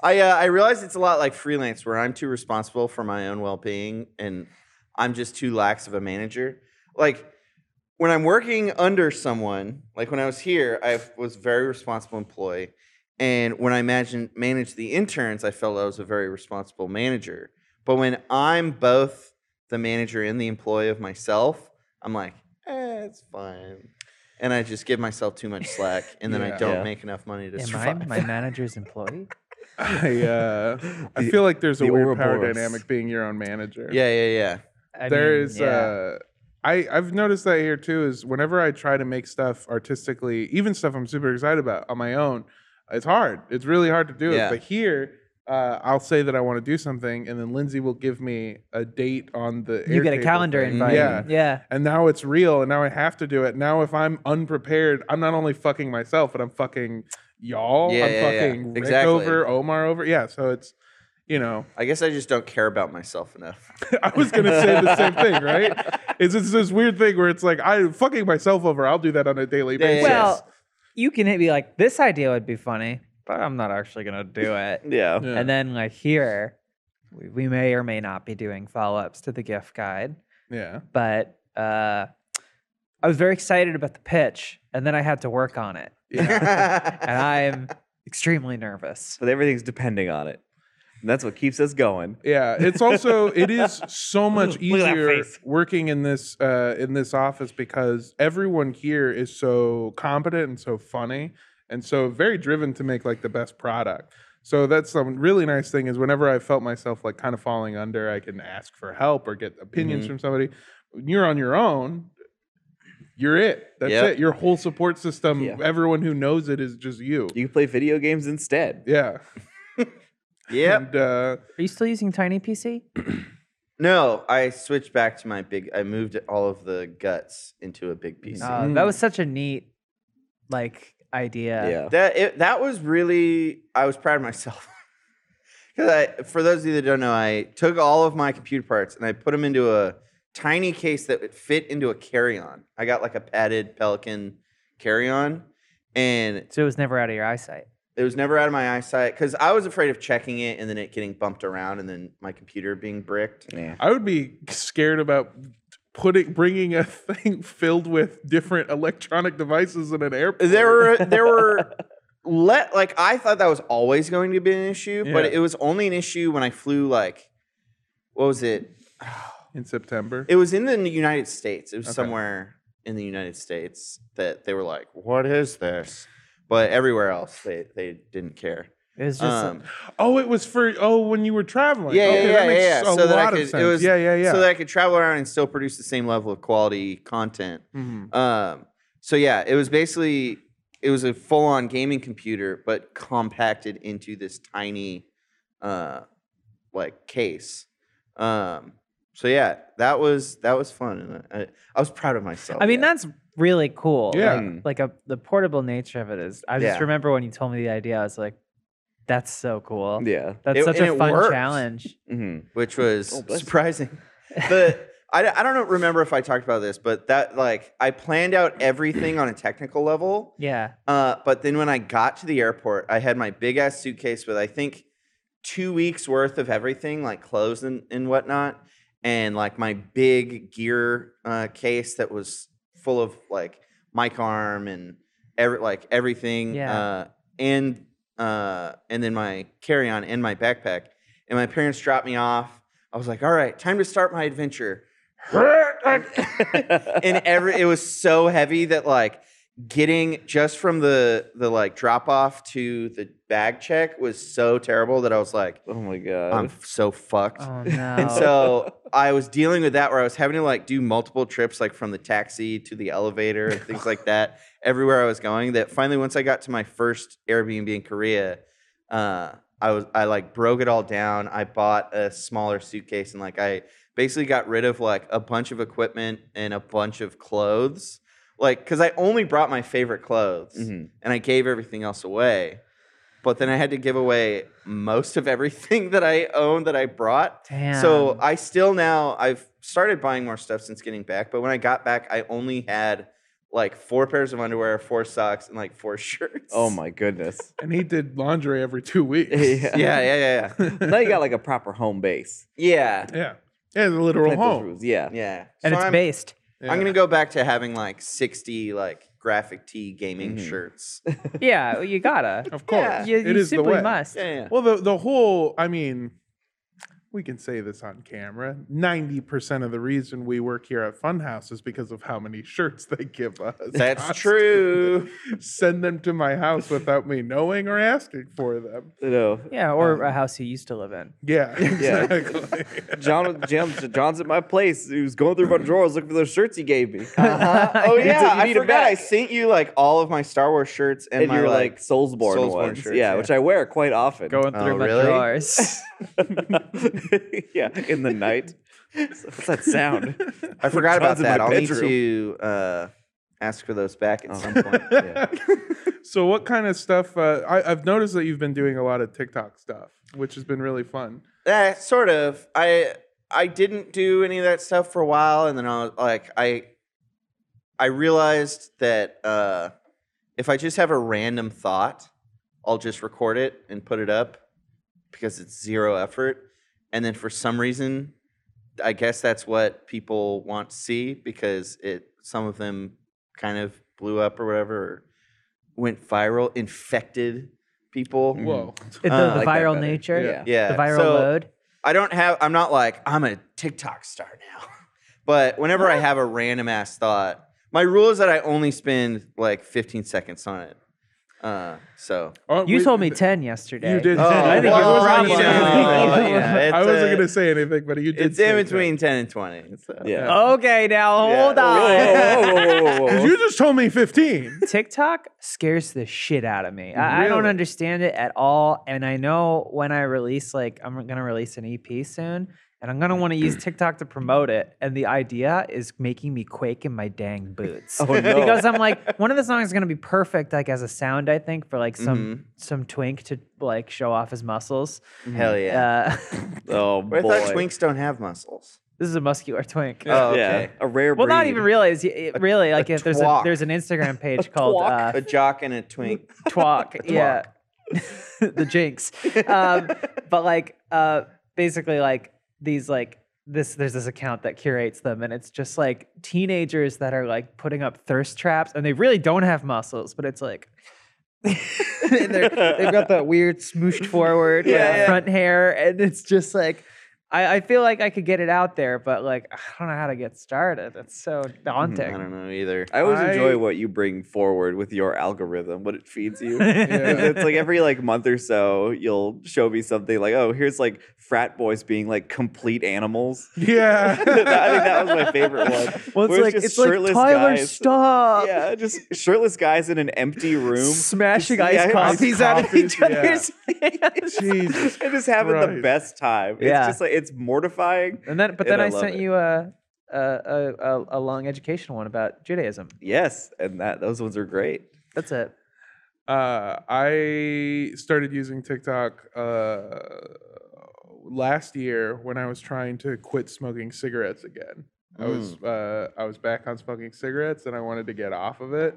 I uh, I realize it's a lot like freelance where I'm too responsible for my own well being and I'm just too lax of a manager. Like when I'm working under someone, like when I was here, I was a very responsible employee, and when I imagine managed the interns, I felt I was a very responsible manager. But when I'm both the manager and the employee of myself, I'm like, eh, it's fine. And I just give myself too much slack, and then
Yeah.
I don't
Yeah.
make enough money to
Am I
survive.
my manager's employee?
I uh, I
The-
feel like there's a
the
weird power
Ouroboros.
dynamic being your own manager.
Yeah, yeah, yeah.
I
There
mean,
is
yeah.
uh I, I've noticed that here too is whenever I try to make stuff artistically, even stuff I'm super excited about on my own, it's hard. It's really hard to do
Yeah.
it. But here, uh, I'll say that I want to do something, and then Lindsay will give me a date on the.
you get a
Airtable
calendar
thing.
invite.
Yeah.
yeah.
And now it's real, and now I have to do it. Now, if I'm unprepared, I'm not only fucking myself, but I'm fucking y'all.
Yeah,
I'm
yeah, yeah.
fucking Rick
Exactly.
over, Omar over. Yeah, so it's, you know,
I guess I just don't care about myself enough.
I was gonna say the same thing, right? It's, it's this weird thing where it's like I fucking myself over. I'll do that on a daily
Yeah, yeah,
basis.
yeah.
Well, you can be like, this idea would be funny, but I'm not actually gonna do it.
Yeah.
Yeah.
And then like here, we, we may or may not be doing follow-ups to the gift guide,
yeah.
but uh, I was very excited about the pitch, and then I had to work on it, and I'm extremely nervous.
But everything's depending on it. And that's what keeps us going.
Yeah, it's also it is so much
Look at that
easier
face.
working in this uh, in this office because everyone here is so competent and so funny and so very driven to make like the best product. So that's some really nice thing is whenever I felt myself like kind of falling under, I can ask for help or get opinions
Mm-hmm.
from somebody. When you're on your own, you're it. That's
Yep.
it. Your whole support system,
Yeah.
everyone who knows it is just you.
You can play video games instead.
Yeah.
yep.
And uh,
Are you still using Tiny PC?
No, I switched back to my big. I moved all of the guts into a big piece.
Uh, that
Mm.
was such a neat like idea.
Yeah.
That it, that was really I was proud of myself. Cuz I for those of you that don't know, I took all of my computer parts and I put them into a tiny case that would fit into a carry-on. I got like a padded Pelican carry-on and
So it was never out of your eyesight.
it was never out of my eyesight cuz I was afraid of checking it and then it getting bumped around and then my computer being bricked.
Yeah.
I would be scared about putting bringing a thing filled with different electronic devices in an airport.
There were there were let like I thought that was always going to be an issue, but
Yeah.
it was only an issue when I flew like what was it?
in September.
It was in the United States. It was
Okay.
somewhere in the United States that they were like, "What is this?" But everywhere else, they they didn't care.
It was just
Um,
oh, it was for oh when you were traveling.
yeah, yeah,
okay,
yeah,
that makes
yeah, yeah.
a
So that I
lot
could,
of
it
sense.
was-
yeah, yeah, yeah.
so that I could travel around and still produce the same level of quality content.
Mhm.
Um, so yeah, it was basically it was a full on gaming computer, but compacted into this tiny, uh, like case. Um, so yeah, that was that was fun, and I, I, I was proud of myself.
I mean,
yeah. Mm,
that's really cool.
Yeah.
Like, like a the portable nature of it is. I just
Yeah.
remember when you told me the idea, I was like, "That's so cool.
Yeah.
That's
It-
such
and
a
it
fun
works.
challenge."
hmm
which was
Oh, bless you.
surprising. The I, I don't know- remember if I talked about this, but that like I planned out everything on a technical level,
Yeah.
uh, but then when I got to the airport, I had my big ass suitcase with I think two weeks worth of everything, like clothes and, and whatnot, and like my big gear uh, case that was full of like mic arm and every like everything,
Yeah.
uh, and uh, and then my carry on and my backpack. And my parents dropped me off. I was like, all right, time to start my adventure. and every it was so heavy that like getting just from the the like drop off to the bag check was so terrible that I was like,
Oh my god.
I'm so fucked.
Oh no.
And so I was dealing with that where I was having to like do multiple trips, like from the taxi to the elevator and things like that, everywhere I was going. That finally, once I got to my first Airbnb in Korea, uh, I was I like broke it all down. I bought a smaller suitcase and like I basically got rid of like a bunch of equipment and a bunch of clothes, like because I only brought my favorite clothes
Mhm.
and I gave everything else away. But then I had to give away most of everything that I owned that I brought.
Damn.
So I still now I've started buying more stuff since getting back, but when I got back, I only had like four pairs of underwear, four socks, and like four shirts.
Oh my goodness.
and he did laundry every two weeks.
Yeah.
Yeah, yeah, yeah,
now you got like a proper home base.
yeah,
yeah, yeah, the literal
Plant those
home.
roots, Yeah.
yeah. yeah.
and
So
it's
I'm,
based.
I'm gonna go back to having like 60 like graphic tee gaming
Mhm.
shirts.
Yeah, you gotta.
Of course,
Yeah.
You,
it
you
is the
simply
way.
must.
Yeah, yeah.
Well, the the whole, I mean, we can say this on camera. Ninety percent of the reason we work here at Funhouse is because of how many shirts they give us.
That's true.
Send them to my house without me knowing or asking for them.
You know.
Yeah, or a house you used to live in.
Yeah,
Yeah.
exactly.
John, Jim, John's at my place. He was going through my drawers looking for those shirts he gave me.
Uh-huh. Oh
You need to-
yeah,
you
I
need 'em
forgot. I
back.
sent you like all of my Star Wars shirts and,
and
my
you're like, Soulsborne,
Soulsborne
ones.
shirts,
yeah,
yeah.
which I wear quite often.
Going
Oh,
through my
really?
drawers.
yeah, in the night. What's that sound?
I forgot about
John's in my
that. I'll need
bedroom.
to uh, ask for those back at
Oh.
some point.
Yeah.
so, what kind of stuff? Uh, I, I've noticed that you've been doing a lot of TikTok stuff, which has been really fun.
Eh, sort of. I I didn't do any of that stuff for a while, and then I was like, I I realized that uh, if I just have a random thought, I'll just record it and put it up because it's zero effort. And then for some reason, I guess that's what people want to see because it some of them kind of blew up or whatever, or went viral, infected people.
Whoa.
the
Uh,
the
like that
viral
better.
nature.
Yeah.
Yeah,
Mm-hmm. The viral
so-
load.
I don't have. I'm not like I'm a TikTok star now. But whenever I have a random ass thought, my rule is that I only spend like 15 seconds on it. Uh, so
Oh,
You
we-
told me ten yesterday.
You did.
Oh,
I,
well,
I wasn't gonna
you
say
know,
anything.
yeah,
I
it's
wasn't
a-
gonna say anything, but you did.
it's in
say
between 10 and 20. So.
Yeah.
Okay, now
Yeah.
hold
Whoa,
on.
Whoa, whoa, whoa, whoa, whoa,
that.
whoa.
You just told me fifteen.
TikTok scares the shit out of me. I, I don't
Really?
understand it at all. And I know when I release, like, I'm gonna release an EP E soon, and I'm gonna want to use TikTok to promote it. And the idea is making me quake in my dang boots.
Oh, no.
Because I'm like, one of the songs is gonna be perfect, like as a sound, I think, for like some some twink to like show off his muscles.
Hell yeah.
Uh,
Oh boy.
But I thought twinks don't have muscles.
this is a muscular twink.
Oh, okay.
Yeah, a rare
well, not
breed.
even realize really like if there's a,
twalk.
there's an Instagram page called uh,
A jock and a twink.
twalk. yeah. the jinx. Um, but like uh basically like these like this there's this account that curates them and it's just like teenagers that are like putting up thirst traps and they really don't have muscles, but it's like and they're, they've got that weird smooshed forward like,
Yeah, yeah.
front hair and it's just like I, I feel like I could get it out there, but like I don't know how to get started. It's so
Mm,
I
daunting.
don't know either.
I always
I-
enjoy what you bring forward with your algorithm, what it feeds you.
Yeah.
it's like every like month or so, you'll show me something like, "Oh, here's like frat boys being like complete animals."
Yeah.
I think that was my favorite one.
Well, it's
where
like
just
it's like
shirtless
Tyler,
guys.
stop.
Yeah, just shirtless guys in an empty room.
smashing
Just-
ice
yeah, ice
coffees out of each
coffees, yeah.
other's hands.
Jesus.
and just having the
Christ.
best time. It's
Yeah.
just like it's mortifying.
And then, but
And
then
I
I
love
sent
it.
you a, a, a, a, a long educational one about Judaism.
Yes, and that those ones are great.
That's it.
Uh, I started using TikTok uh, last year when I was trying to quit smoking cigarettes again. I was uh, I was back on smoking cigarettes and I wanted to get off of it,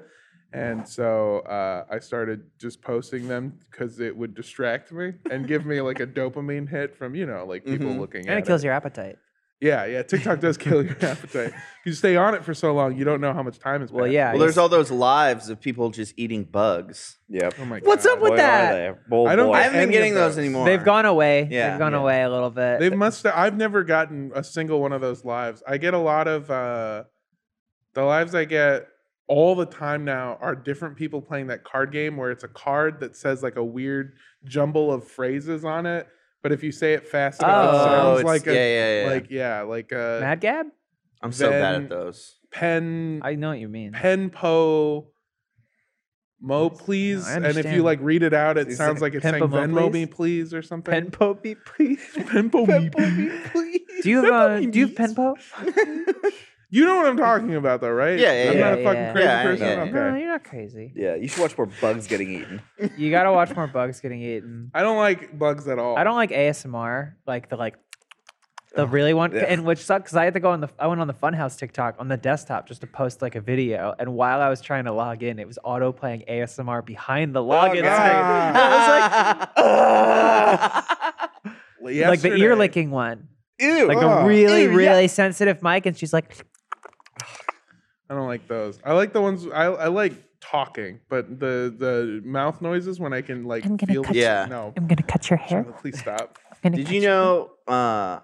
and so uh, I started just posting them because it would distract me and give me like a dopamine hit from you know like people
Mhm.
looking
And
at
it kills your appetite.
Yeah, yeah. TikTok does kill your appetite. You stay on it for so long, you don't know how much time has
Well,
passed.
yeah.
Well, there's all those lives of people just eating bugs.
Yep.
Oh my
What's
God.
up with
Boy, are
that?
they. Oh,
I don't
boy.
Or
I haven't
any
been
of
getting those
those.
anymore.
They've gone away.
Yeah.
They've gone
Yeah.
away a little bit.
They must. I've never gotten a single one of those lives. I get a lot of uh, the lives I get all the time now are different people playing that card game where it's a card that says like a weird jumble of phrases on it. But if you say it fast enough,
Oh,
it sounds
it's-
like
yeah,
a
yeah, yeah.
like yeah, like a
Mad Gab?
I'm so bad
then-
at those.
pen
I know what you mean.
pen po mo please.
I
and if you
understand.
like read it out, it
It's
sounds like it's
"Pen
saying
po mo
Venmo
please?"
me please or something.
Pen po me, please.
Penpo me.
Do you have uh, do you have pen po?
You know what I'm talking about, though, right?
Yeah, yeah,
I'm not a
yeah.
fucking
Yeah,
crazy
yeah,
person.
yeah, yeah.
Okay.
No, you're not crazy.
Yeah, you should watch more bugs getting eaten.
You gotta watch more bugs getting eaten.
I don't like bugs at all.
I don't like ASMR, like the like the really one,
yeah.
and which sucked because I had to go on the I went on the Funhouse TikTok on the desktop just to post like a video, and while I was trying to log in, it was auto playing ASMR behind
Oh,
the login screen.
Ah,
Like the ear
yesterday-
licking one,
Ew.
like a
Ugh.
really,
Ew, yuck.
really sensitive mic, and she's like,
I don't like those. I like the ones. I, I like talking, but the the mouth noises when I can like
I'm gonna
feel.
cut
Yeah.
you. No.
I'm gonna cut your hair.
Charlotte, Please stop.
I'm gonna
Did
cut
you
your-
know? Uh,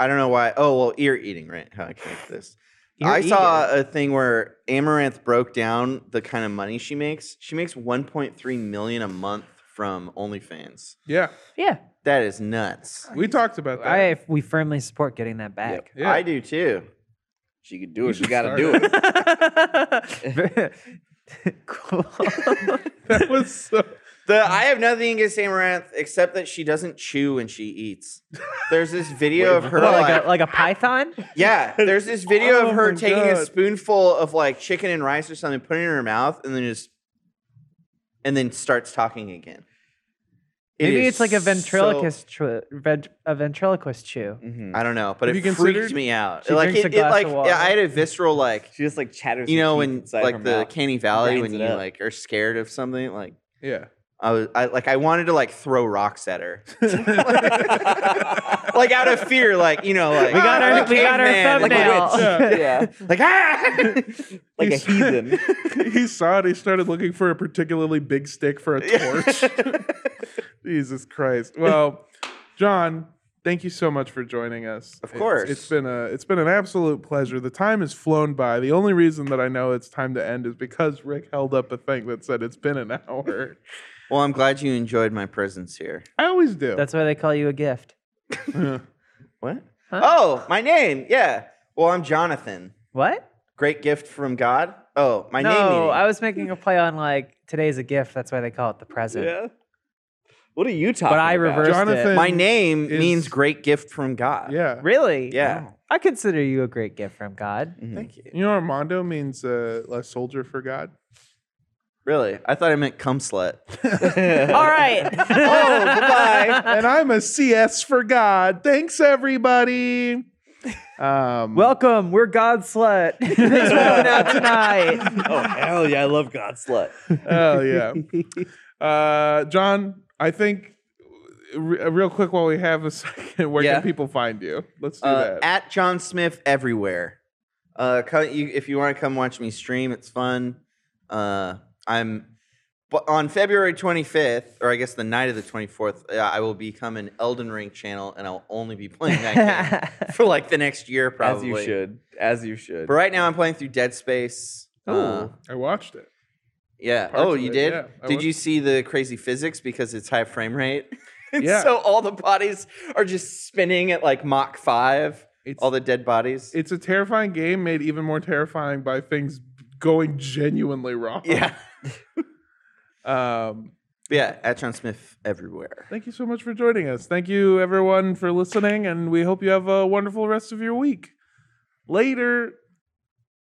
I don't know why. Oh well, ear eating, right? How I connect this.
Ear
I saw a thing where Amaranth broke down the kind of money she makes. She makes 1.3 million a month from OnlyFans.
Yeah,
"Yeah,
That is nuts.
we talked about that.
I we firmly support getting that back."
yeah.
I do too.
She could do
You
it. She
should
gotta
start
do it.
cool.
that was so.
The I have nothing against Amaranth except that she doesn't chew when she eats. There's this video of her
What,
like,
like a like a python.
yeah. There's this video
Oh
of her
my
taking a
God.
spoonful of like chicken and rice or something, putting it in her mouth, and then just and then starts talking again. It
Maybe
is
it's like a
so-
ventriloquist, chew- vent- a ventriloquist chew.
Mhm.
I don't know, but
Have
it
you
freaked
considered-
me out.
She
like
drinks
it,
a
it
glass
like
of
yeah, I had a visceral like
She just like chatters.
you
her
know
teeth
when
inside her
like the
mouth.
Canny Valley
grinds
when
it
you
up.
like are scared of something like
Yeah.
I was I, like I wanted to like throw rocks at her. like out of fear, like you know, like "Oh,
We got our- we got our
caveman, like a
thumbnail.
witch.
yeah.
yeah,
Like ah,
like a
He's-
heathen.
he saw it. He started looking for a particularly big stick for a torch. Jesus Christ. Well, John, thank you so much for joining us.
Of
It's-
course.
it's been a it's been an absolute pleasure. The time has flown by. The only reason that I know it's time to end is because Rick held up a thing that said it's been an hour.
Well, I'm glad you enjoyed my presence here.
I always do.
That's why they call you a gift.
What? Oh, my name. Yeah. Well, I'm Jonathan.
What?
Great gift from God. Oh, my
no,
name. meaning.
I was making a play on like today's a gift. That's why they call it the present.
yeah. What are you talking
but I
about?
reversed
Jonathan-
it.
My name
is-
means great gift from God.
Yeah.
Really? Oh.
Yeah.
I consider you a great gift from God.
Mhm.
Thank you. You know, Armando means uh, a soldier for God.
Really? I thought I meant cum slut.
All right.
Oh, goodbye.
and I'm a CS for God. Thanks, everybody. Um,
Welcome. We're God slut. Thanks for coming out tonight.
oh hell yeah, I love God slut.
hell yeah. Uh, John, I think re- uh, real quick while we have a second, where
Yeah.
can people find you? Let's do
Uh,
that.
at John Smith everywhere. Uh, co- you, if you want to come watch me stream, it's fun. Uh, I'm but on February 25th, or I guess the night of the 24th, uh, I will become an Elden Ring channel, and I'll only be playing that game for like the next year,
As
probably.
you should. As you should.
But right now, I'm playing through Dead Space. Uh,
Ooh.
I watched it.
yeah.
Parts
Oh,
of
you
it,
did?
yeah. I
did
was-
you see the crazy physics because it's high frame rate? And
Yeah.
So all the bodies are just spinning at like Mach 5.
It's-
all the dead bodies.
It's a terrifying game made even more terrifying by things going genuinely wrong.
yeah.
Um,
Yeah, at John Smith everywhere.
thank you so much for joining us. Thank you, everyone, for listening, and we hope you have a wonderful rest of your week. Later.